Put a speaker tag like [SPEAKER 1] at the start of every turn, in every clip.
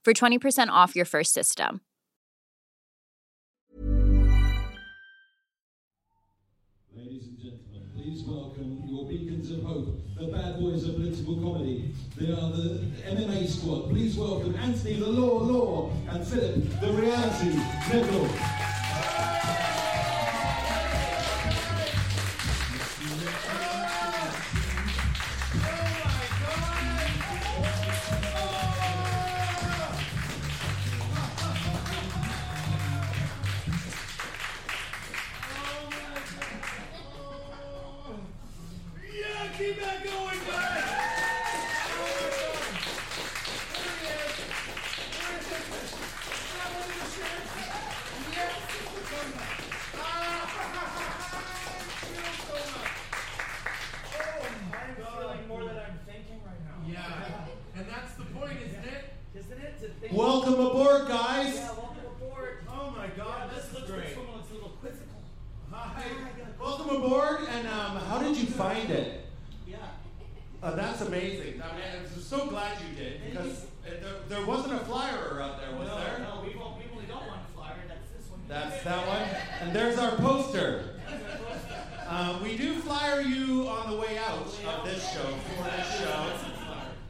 [SPEAKER 1] for 20% off your first system.
[SPEAKER 2] Ladies and gentlemen, please welcome your beacons of hope, the bad boys of political comedy. They are the MMA squad. Please welcome Anthony the Law Law and Philip the Reality Neville.
[SPEAKER 3] Yeah, keep that going, guys!
[SPEAKER 4] I'm feeling more than I'm thinking right now.
[SPEAKER 3] Yeah, and that's the point, isn't it?
[SPEAKER 4] Isn't it? To think
[SPEAKER 2] Welcome aboard, guys.
[SPEAKER 4] Yeah, welcome aboard.
[SPEAKER 3] Oh my god,
[SPEAKER 4] This
[SPEAKER 3] this is
[SPEAKER 4] looks
[SPEAKER 3] great.
[SPEAKER 4] like someone that's a little quizzical.
[SPEAKER 3] Hi.
[SPEAKER 2] Welcome aboard, and um, how did you find it?
[SPEAKER 4] Yeah.
[SPEAKER 2] Uh, that's amazing. I mean, I'm so glad you did because uh, there, there wasn't a flyer out there, was
[SPEAKER 4] No,
[SPEAKER 2] there?
[SPEAKER 4] no, we've, all, we've only got one flyer. That's this one.
[SPEAKER 2] That's that one. And there's our poster. Uh, we do flyer you on the way out of this show, for this show.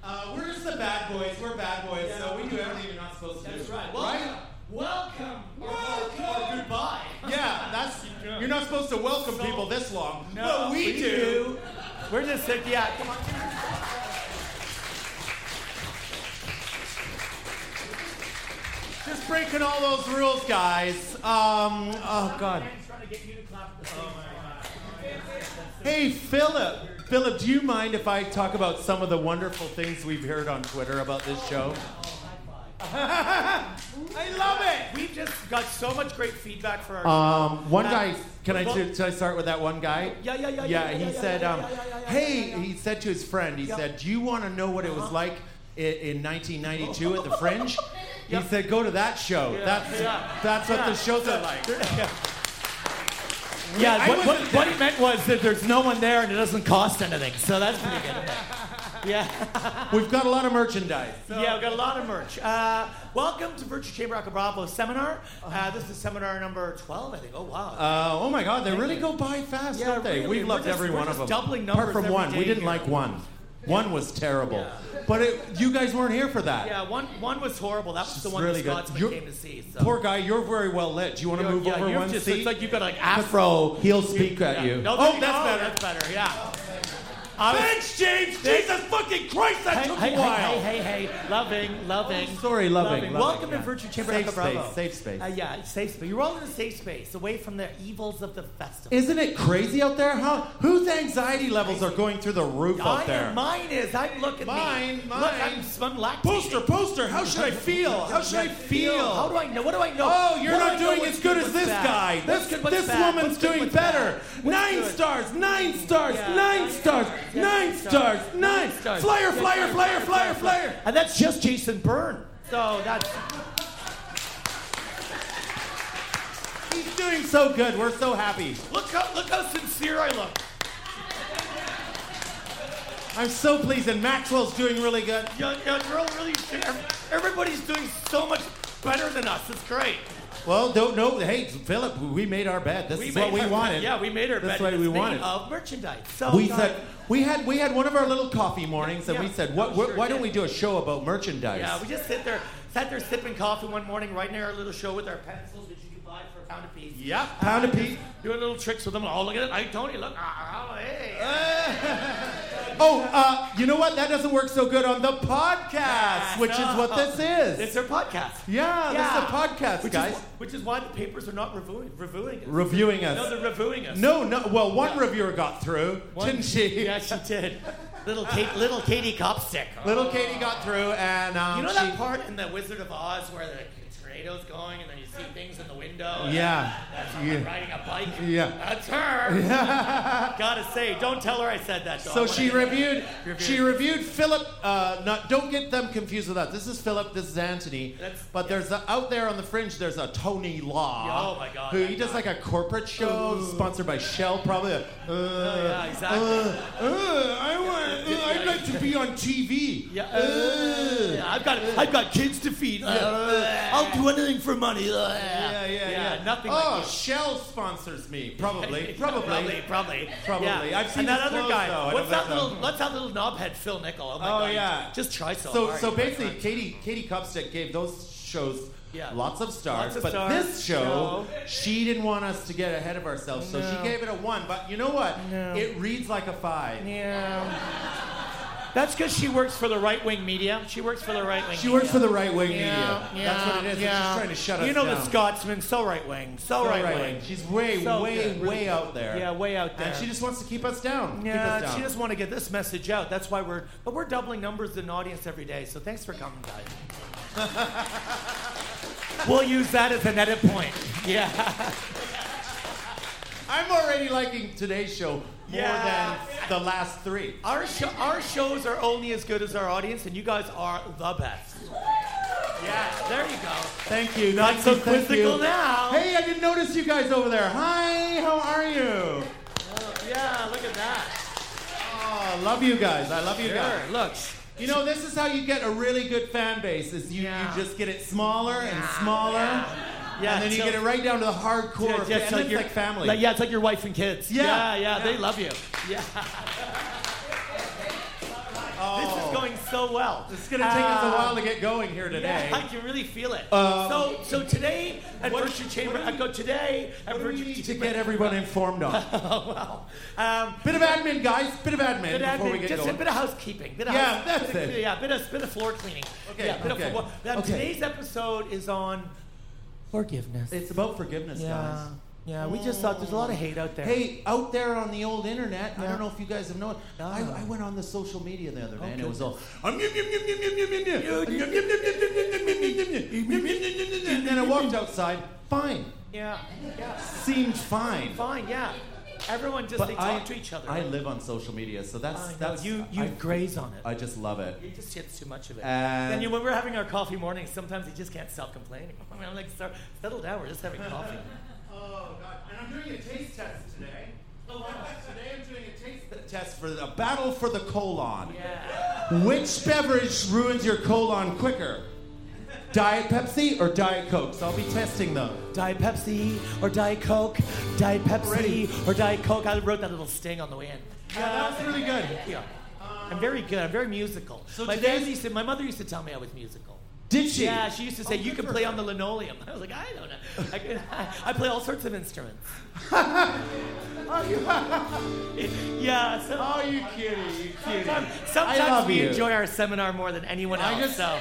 [SPEAKER 2] Uh, we're just the bad boys. We're bad boys, so we do everything you're not supposed to do.
[SPEAKER 4] That's right. Welcome.
[SPEAKER 2] Right?
[SPEAKER 4] Welcome. Welcome. Or, goodbye.
[SPEAKER 2] Yeah, that's. You're not supposed to welcome people this long.
[SPEAKER 5] No,
[SPEAKER 2] but we,
[SPEAKER 5] we
[SPEAKER 2] do.
[SPEAKER 5] do. We're just sick, yeah. Come on.
[SPEAKER 2] Just breaking all those rules, guys. Um, oh God.
[SPEAKER 4] I'm trying to get you to clap at the same time.
[SPEAKER 2] Hey, Philip. Philip, do you mind if I talk about some of the wonderful things we've heard on Twitter about this show?
[SPEAKER 5] I love it. Uh, We've just got so much great feedback for our.
[SPEAKER 2] Um, one guy. Can I
[SPEAKER 5] Well-
[SPEAKER 2] should I start with that one guy?
[SPEAKER 5] Yeah, yeah, yeah, yeah,
[SPEAKER 2] Yeah,
[SPEAKER 5] yeah,
[SPEAKER 2] he
[SPEAKER 5] yeah,
[SPEAKER 2] said,
[SPEAKER 5] yeah,
[SPEAKER 2] um,
[SPEAKER 5] yeah, yeah, yeah, yeah, yeah,
[SPEAKER 2] "Hey,"
[SPEAKER 5] yeah. Uh-huh.
[SPEAKER 2] he said to his friend. He said, "Do you want to know what it was like i- in 1992 at the Fringe?" He said, "Go to that show. That's
[SPEAKER 5] yeah.
[SPEAKER 2] that's what the shows are like."
[SPEAKER 5] yeah,
[SPEAKER 2] I
[SPEAKER 5] what, what,
[SPEAKER 2] wasn't
[SPEAKER 5] what he meant was that there's no one there and it doesn't cost anything, so that's pretty good. yeah.
[SPEAKER 2] We've got a lot of merchandise.
[SPEAKER 5] Yeah, we've got a lot of merch. Uh, welcome to Virtue Chamber Acapulco Seminar. Uh, this is seminar number 12, I think. Oh, wow.
[SPEAKER 2] Uh, oh my God, they really go by fast,
[SPEAKER 5] Yeah,
[SPEAKER 2] don't they?
[SPEAKER 5] really.
[SPEAKER 2] We
[SPEAKER 5] We're
[SPEAKER 2] loved
[SPEAKER 5] just-
[SPEAKER 2] every
[SPEAKER 5] we're
[SPEAKER 2] one of
[SPEAKER 5] just
[SPEAKER 2] them.
[SPEAKER 5] doubling
[SPEAKER 2] Apart
[SPEAKER 5] numbers
[SPEAKER 2] from
[SPEAKER 5] every
[SPEAKER 2] one, we
[SPEAKER 5] day
[SPEAKER 2] didn't
[SPEAKER 5] here.
[SPEAKER 2] like one. One was terrible, but it, you guys weren't here for that.
[SPEAKER 5] yeah, one, one was horrible. That was the one
[SPEAKER 2] really
[SPEAKER 5] the
[SPEAKER 2] good.
[SPEAKER 5] Scotsman
[SPEAKER 2] You're-
[SPEAKER 5] came to see. So.
[SPEAKER 2] Poor guy, you're very well lit. Do you want to
[SPEAKER 5] You're-
[SPEAKER 2] move
[SPEAKER 5] yeah,
[SPEAKER 2] over
[SPEAKER 5] you're
[SPEAKER 2] one
[SPEAKER 5] just,
[SPEAKER 2] seat?
[SPEAKER 5] It's like you've got like
[SPEAKER 2] Afro,
[SPEAKER 5] afro.
[SPEAKER 2] he'll speak at
[SPEAKER 5] Yeah.
[SPEAKER 2] you.
[SPEAKER 5] No,
[SPEAKER 2] oh,
[SPEAKER 5] there you
[SPEAKER 2] that's
[SPEAKER 5] go.
[SPEAKER 2] better.
[SPEAKER 5] That's better. Yeah. I was-
[SPEAKER 3] Thanks, James! Jesus fucking Christ, that
[SPEAKER 5] Hey,
[SPEAKER 3] took
[SPEAKER 5] hey,
[SPEAKER 3] a while!
[SPEAKER 5] hey, hey, hey, hey, loving, loving.
[SPEAKER 2] sorry, loving, loving,
[SPEAKER 5] Welcome
[SPEAKER 2] yeah.
[SPEAKER 5] to Virtue Chamber
[SPEAKER 2] Safe
[SPEAKER 5] Echo Bravo.
[SPEAKER 2] space, safe space.
[SPEAKER 5] Uh, yeah, safe space. You're all in a safe space, away from the evils of the festival.
[SPEAKER 2] Isn't it crazy out there? How whose anxiety levels are going through the roof
[SPEAKER 5] I
[SPEAKER 2] out there?
[SPEAKER 5] am, mine is. I look at
[SPEAKER 2] Mine,
[SPEAKER 5] me.
[SPEAKER 2] mine.
[SPEAKER 5] Look, I'm, I'm lactating.
[SPEAKER 2] Poster, poster. How should I feel? How should I feel?
[SPEAKER 5] How do I know? What do I know?
[SPEAKER 2] Oh, you're
[SPEAKER 5] What do I
[SPEAKER 2] not
[SPEAKER 5] know
[SPEAKER 2] doing
[SPEAKER 5] what's
[SPEAKER 2] as good as
[SPEAKER 5] what's
[SPEAKER 2] this
[SPEAKER 5] bad?
[SPEAKER 2] guy.
[SPEAKER 5] What's
[SPEAKER 2] This
[SPEAKER 5] good, what's
[SPEAKER 2] this
[SPEAKER 5] bad?
[SPEAKER 2] woman's
[SPEAKER 5] What's good,
[SPEAKER 2] doing
[SPEAKER 5] what's bad?
[SPEAKER 2] better.
[SPEAKER 5] What's
[SPEAKER 2] Nine
[SPEAKER 5] good?
[SPEAKER 2] stars, nine stars,
[SPEAKER 5] Yeah,
[SPEAKER 2] nine stars,
[SPEAKER 5] yeah,
[SPEAKER 2] nine stars, nine
[SPEAKER 5] stars.
[SPEAKER 2] Flyer,
[SPEAKER 5] Yeah,
[SPEAKER 2] flyer,
[SPEAKER 5] yeah,
[SPEAKER 2] flyer,
[SPEAKER 5] yeah,
[SPEAKER 2] flyer,
[SPEAKER 5] yeah,
[SPEAKER 2] flyer.
[SPEAKER 5] And that's just Jason Byrne. So that's
[SPEAKER 2] He's doing so good. We're so happy.
[SPEAKER 5] look how look how sincere I look.
[SPEAKER 2] I'm so pleased, and Maxwell's doing really good.
[SPEAKER 5] Yeah, yeah, you're all really. Everybody's doing so much better than us. It's great.
[SPEAKER 2] Well, don't know. Hey, Philip, we made our bet. This is what
[SPEAKER 5] made
[SPEAKER 2] we
[SPEAKER 5] our-
[SPEAKER 2] wanted.
[SPEAKER 5] Yeah, we made our
[SPEAKER 2] That's
[SPEAKER 5] bet.
[SPEAKER 2] what
[SPEAKER 5] in
[SPEAKER 2] we
[SPEAKER 5] the name
[SPEAKER 2] wanted.
[SPEAKER 5] Of merchandise. So
[SPEAKER 2] we
[SPEAKER 5] God,
[SPEAKER 2] said we had we had one of our little coffee mornings, and
[SPEAKER 5] Yeah,
[SPEAKER 2] we said,
[SPEAKER 5] yeah,
[SPEAKER 2] "What?
[SPEAKER 5] sure
[SPEAKER 2] why don't we
[SPEAKER 5] did.
[SPEAKER 2] do a show about merchandise?"
[SPEAKER 5] Yeah, we just sit there, sat there sipping coffee one morning, writing our little show with our pencils, which you can buy for a pound a piece.
[SPEAKER 2] Yeah, pound a piece.
[SPEAKER 5] Doing little tricks with them. Oh, look at it. Hey, Tony, look. Ah, ah, hey.
[SPEAKER 2] Oh, uh, you know what? That doesn't work so good on the podcast, which is what this is.
[SPEAKER 5] It's our podcast.
[SPEAKER 2] yeah, this is a podcast,
[SPEAKER 5] which
[SPEAKER 2] guys.
[SPEAKER 5] Is, which is why the papers are not reviewing, reviewing us.
[SPEAKER 2] reviewing us.
[SPEAKER 5] no, they're reviewing us.
[SPEAKER 2] No, no. Well, one
[SPEAKER 5] Yeah.
[SPEAKER 2] reviewer got through,
[SPEAKER 5] One-
[SPEAKER 2] didn't she?
[SPEAKER 5] Yeah, she did. little, Kate, little Katie Copstick.
[SPEAKER 2] Little Katie got through, and um,
[SPEAKER 5] You know
[SPEAKER 2] she-
[SPEAKER 5] that part in The Wizard of Oz where the tornado's going and then you see things in the window? and
[SPEAKER 2] Yeah.
[SPEAKER 5] That's someone
[SPEAKER 2] Yeah.
[SPEAKER 5] riding a bike.
[SPEAKER 2] Yeah.
[SPEAKER 5] That's her. Gotta say, don't tell her I said that. Though.
[SPEAKER 2] So
[SPEAKER 5] I
[SPEAKER 2] she
[SPEAKER 5] wanna-
[SPEAKER 2] reviewed.
[SPEAKER 5] Reviewed.
[SPEAKER 2] She reviewed Philip. Uh, not, don't get them confused with that. This is Philip. This is Anthony.
[SPEAKER 5] That's-
[SPEAKER 2] but there's a, out there on the fringe. There's a Tony Law.
[SPEAKER 5] Oh my God,
[SPEAKER 2] Who
[SPEAKER 5] that
[SPEAKER 2] he does
[SPEAKER 5] guy.
[SPEAKER 2] like a corporate show sponsored by Shell, probably. Uh,
[SPEAKER 5] Oh, yeah, exactly.
[SPEAKER 2] uh, uh, I want. uh, I'd like to be on TV.
[SPEAKER 5] Yeah.
[SPEAKER 2] Uh,
[SPEAKER 5] Yeah, I've got I've got kids to feed. Uh, uh, I'll do anything for money. Uh,
[SPEAKER 2] yeah, yeah, yeah.
[SPEAKER 5] Nothing.
[SPEAKER 2] Oh,
[SPEAKER 5] like you.
[SPEAKER 2] Shell sponsors me. Probably.
[SPEAKER 5] probably,
[SPEAKER 2] Probably.
[SPEAKER 5] probably,
[SPEAKER 2] Probably.
[SPEAKER 5] Yeah.
[SPEAKER 2] I've seen
[SPEAKER 5] and that
[SPEAKER 2] his
[SPEAKER 5] other
[SPEAKER 2] clothes,
[SPEAKER 5] guy.
[SPEAKER 2] though. I don't
[SPEAKER 5] What's that
[SPEAKER 2] think so.
[SPEAKER 5] little? What's that little knobhead Phil Nickel? Oh my
[SPEAKER 2] Oh,
[SPEAKER 5] God.
[SPEAKER 2] yeah.
[SPEAKER 5] Just try so.
[SPEAKER 2] So,
[SPEAKER 5] hard,
[SPEAKER 2] so
[SPEAKER 5] my
[SPEAKER 2] basically,
[SPEAKER 5] friend.
[SPEAKER 2] Katie Katie Kupstick gave those shows
[SPEAKER 5] Yeah.
[SPEAKER 2] lots of stars,
[SPEAKER 5] Lots of
[SPEAKER 2] but
[SPEAKER 5] stars.
[SPEAKER 2] this show
[SPEAKER 5] No.
[SPEAKER 2] she didn't want us to get ahead of ourselves, so she
[SPEAKER 5] No.
[SPEAKER 2] gave it a one. But you know what?
[SPEAKER 5] No.
[SPEAKER 2] It reads like a five.
[SPEAKER 5] Yeah. That's because she works for the right wing media. She works for the right wing.
[SPEAKER 2] She works for the right wing
[SPEAKER 5] Yeah,
[SPEAKER 2] media. That's what it is. and She's trying to shut us
[SPEAKER 5] You know the
[SPEAKER 2] down.
[SPEAKER 5] Scotsman, so right wing, so,
[SPEAKER 2] So
[SPEAKER 5] right,
[SPEAKER 2] right
[SPEAKER 5] wing.
[SPEAKER 2] wing. She's way,
[SPEAKER 5] So
[SPEAKER 2] way,
[SPEAKER 5] good.
[SPEAKER 2] way out there.
[SPEAKER 5] Yeah, way out there.
[SPEAKER 2] And she just wants to keep us down. keep us
[SPEAKER 5] yeah,
[SPEAKER 2] down.
[SPEAKER 5] she just want to get this message out. That's why we're but we're doubling numbers in audience every day. So thanks for coming, guys. we'll use that as an edit point. Yeah.
[SPEAKER 2] I'm already liking today's show more
[SPEAKER 5] Yeah.
[SPEAKER 2] than the last three.
[SPEAKER 5] Our show, our shows are only as good as our audience, and you guys are the best. Yeah, there you go.
[SPEAKER 2] Thank you.
[SPEAKER 5] Not
[SPEAKER 2] Thank
[SPEAKER 5] so
[SPEAKER 2] you, thank
[SPEAKER 5] quizzical
[SPEAKER 2] you.
[SPEAKER 5] now.
[SPEAKER 2] Hey, I didn't notice you guys over there. Hi, how are you?
[SPEAKER 5] Yeah, look at that.
[SPEAKER 2] Oh, love you guys. I love you
[SPEAKER 5] Sure,
[SPEAKER 2] guys.
[SPEAKER 5] look.
[SPEAKER 2] You know, this is how you get a really good fan base. Is you,
[SPEAKER 5] Yeah.
[SPEAKER 2] you just get it smaller and smaller,
[SPEAKER 5] Yeah,
[SPEAKER 2] and then you
[SPEAKER 5] so-
[SPEAKER 2] get it right down to the
[SPEAKER 5] Yeah,
[SPEAKER 2] hardcore.
[SPEAKER 5] just
[SPEAKER 2] fan. and it's
[SPEAKER 5] your-
[SPEAKER 2] like family.
[SPEAKER 5] like- yeah, it's like your wife and kids.
[SPEAKER 2] Yeah.
[SPEAKER 5] yeah, yeah, they love you. Yeah.
[SPEAKER 2] Oh.
[SPEAKER 5] This is going so well.
[SPEAKER 2] It's gonna take us a while to get going here today.
[SPEAKER 5] uh, Yeah, I can really feel it.
[SPEAKER 2] Um,
[SPEAKER 5] so, so today at
[SPEAKER 2] what-
[SPEAKER 5] Virtue Chamber, I go today at
[SPEAKER 2] What do we
[SPEAKER 5] Virtue
[SPEAKER 2] need to
[SPEAKER 5] Chamber.
[SPEAKER 2] get everyone informed on?
[SPEAKER 5] oh, wow. Um,
[SPEAKER 2] Bit of admin, guys. Bit of admin
[SPEAKER 5] bit of
[SPEAKER 2] before we
[SPEAKER 5] admin,
[SPEAKER 2] get
[SPEAKER 5] just
[SPEAKER 2] going.
[SPEAKER 5] a bit of housekeeping. Bit of
[SPEAKER 2] Yeah,
[SPEAKER 5] house-
[SPEAKER 2] that's
[SPEAKER 5] bit of,
[SPEAKER 2] it.
[SPEAKER 5] Yeah, bit of bit of floor cleaning.
[SPEAKER 2] Okay,
[SPEAKER 5] Yeah, bit
[SPEAKER 2] okay,
[SPEAKER 5] of floor. Now,
[SPEAKER 2] okay.
[SPEAKER 5] Today's episode is on forgiveness.
[SPEAKER 2] It's about forgiveness,
[SPEAKER 5] Yeah.
[SPEAKER 2] guys.
[SPEAKER 5] Yeah, we just thought there's a lot of hate out there.
[SPEAKER 2] Hey, out there on the old internet, I
[SPEAKER 5] Yeah.
[SPEAKER 2] don't know if you guys have known. I,
[SPEAKER 5] Ah.
[SPEAKER 2] I went on the social media the other day, and it
[SPEAKER 5] Okay.
[SPEAKER 2] was all. "Um, yum, yum, yum, yum, yum, yum, yum, yum, yum, yum, yum, yum, yum, yum, yum, yum, yum, yum, yum, yum, yum, yum," And then I walked outside. Fine,
[SPEAKER 5] Yeah. Yeah.
[SPEAKER 2] seemed fine.
[SPEAKER 5] Fine, yeah. Everyone just they
[SPEAKER 2] But
[SPEAKER 5] talk
[SPEAKER 2] I,
[SPEAKER 5] to each other.
[SPEAKER 2] I live on social media, so that's
[SPEAKER 5] I know,
[SPEAKER 2] that's
[SPEAKER 5] you you
[SPEAKER 2] I-
[SPEAKER 5] graze on it.
[SPEAKER 2] I just love it.
[SPEAKER 5] He just gets too much of it.
[SPEAKER 2] And-
[SPEAKER 5] And, you, when we're having our coffee mornings, sometimes he just can't stop complaining. I mean, I'm like, sir, settle down. We're just having coffee.
[SPEAKER 2] Oh God! And I'm doing a taste test today. Oh wow! Today I'm doing a taste test for the battle for the colon. Yeah. Which beverage ruins your colon quicker? Diet Pepsi or Diet Coke? So I'll be testing them.
[SPEAKER 5] Diet Pepsi or Diet Coke. Diet Pepsi
[SPEAKER 2] Ready.
[SPEAKER 5] or Diet Coke. I wrote that little sting on the way in.
[SPEAKER 2] Yeah, that was really good.
[SPEAKER 5] Yeah. I'm very good. I'm very musical.
[SPEAKER 2] So
[SPEAKER 5] my,
[SPEAKER 2] today's-
[SPEAKER 5] dad used to, my mother used to tell me I was musical.
[SPEAKER 2] Did she?
[SPEAKER 5] Yeah, she used to say,
[SPEAKER 2] Oh,
[SPEAKER 5] you
[SPEAKER 2] good
[SPEAKER 5] can
[SPEAKER 2] for
[SPEAKER 5] play
[SPEAKER 2] her.
[SPEAKER 5] on the linoleum. I was like, I don't know. I, can, I play all sorts of instruments.
[SPEAKER 2] Oh, you,
[SPEAKER 5] Yeah, so...
[SPEAKER 2] oh, you cutie, you cutie.
[SPEAKER 5] Sometimes
[SPEAKER 2] I love
[SPEAKER 5] we
[SPEAKER 2] you.
[SPEAKER 5] enjoy our seminar more than anyone else.
[SPEAKER 2] I just,
[SPEAKER 5] so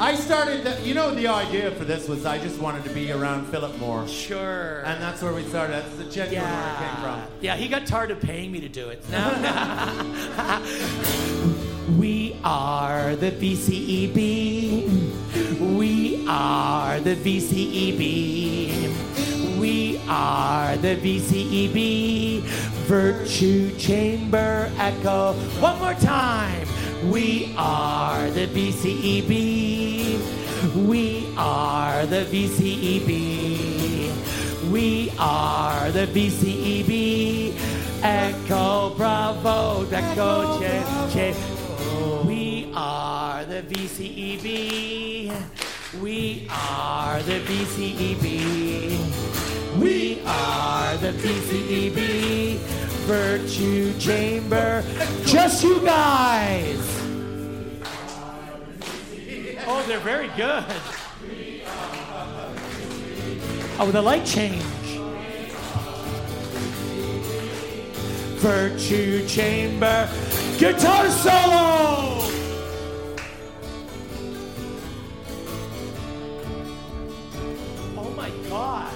[SPEAKER 2] I started. The, you know, the idea for this was I just wanted to be around Philip Moore,
[SPEAKER 5] sure.
[SPEAKER 2] and that's where we started. That's the genuine where it came
[SPEAKER 5] yeah.
[SPEAKER 2] from.
[SPEAKER 5] yeah, he got tired of paying me to do it. No. we are the VCEB. We are the VCEB. We are the VCEB. Virtue Chamber Echo. One more time. We are the VCEB. We are the VCEB. We are the VCEB. Echo Bravo Deco Che. che. We are the VCEB. E We are the BCEB. We are the BCEB. Virtue Chamber. Just you guys. Oh, they're very good. Oh, the light change. Virtue Chamber. Guitar solo. Oh my god.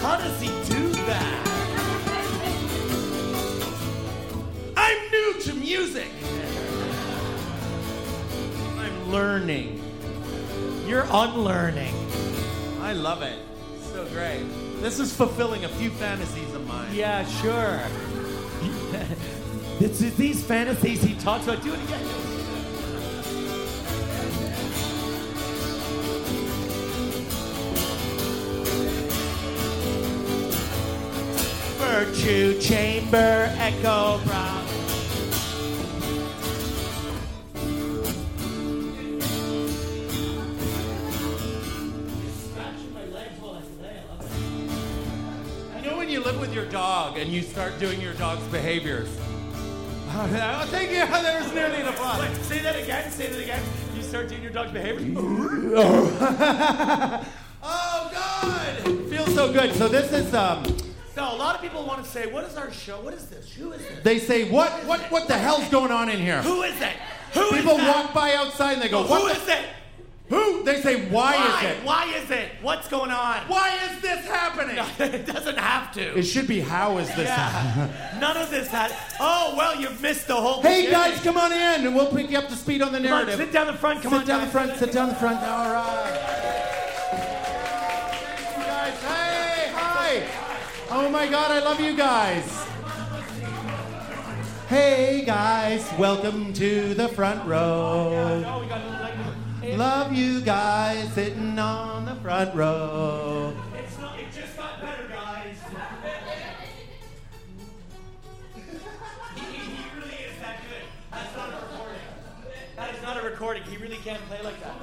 [SPEAKER 5] How does he do that?
[SPEAKER 2] I'm new to music. I'm learning.
[SPEAKER 5] You're unlearning.
[SPEAKER 2] I love it. So great. This is fulfilling a few fantasies of mine.
[SPEAKER 5] Yeah, sure. It's it's these fantasies he talks about. Do it again. Virtue Chamber Echo Brown.
[SPEAKER 6] Scratching my legs while I play. I love it.
[SPEAKER 2] You know when you live with your dog and you start doing your dog's behaviors? Oh, thank you. There was nearly an applause.
[SPEAKER 5] Say that again. Say that again. You start doing your dog's behavior.
[SPEAKER 2] Oh God! Feels so good. So this is um.
[SPEAKER 5] Now, a lot of people want to say, "What is our show? What is this? Who is this?
[SPEAKER 2] They say what what what the hell's going on in here?
[SPEAKER 5] Who is it? Who is
[SPEAKER 2] People
[SPEAKER 5] that?
[SPEAKER 2] walk by outside and they go,
[SPEAKER 5] Who
[SPEAKER 2] what
[SPEAKER 5] is it?
[SPEAKER 2] the, Who? They say why,
[SPEAKER 5] Why?
[SPEAKER 2] is it?
[SPEAKER 5] Why is it? What's going on?
[SPEAKER 2] Why is this happening?
[SPEAKER 5] it doesn't have to.
[SPEAKER 2] It should be how is this? happening?
[SPEAKER 5] yeah. None of this had. Oh well, you've missed the whole.
[SPEAKER 2] Hey
[SPEAKER 5] beginning.
[SPEAKER 2] guys, come on in and we'll pick you up to speed on the
[SPEAKER 5] Come on,
[SPEAKER 2] narrative.
[SPEAKER 5] sit down the front. Come
[SPEAKER 2] Sit
[SPEAKER 5] on,
[SPEAKER 2] down
[SPEAKER 5] guys.
[SPEAKER 2] the front. Sit down the front. All right. Thank you guys. Hey, hi. Oh my God, I love you guys. Hey guys, welcome to the front row.
[SPEAKER 5] Oh, we got another leg.
[SPEAKER 2] Love you guys sitting on the front row.
[SPEAKER 6] It's not, it just got better, guys. he, he- he really is that good. That's not a recording. That is not a recording. He really can't play like that.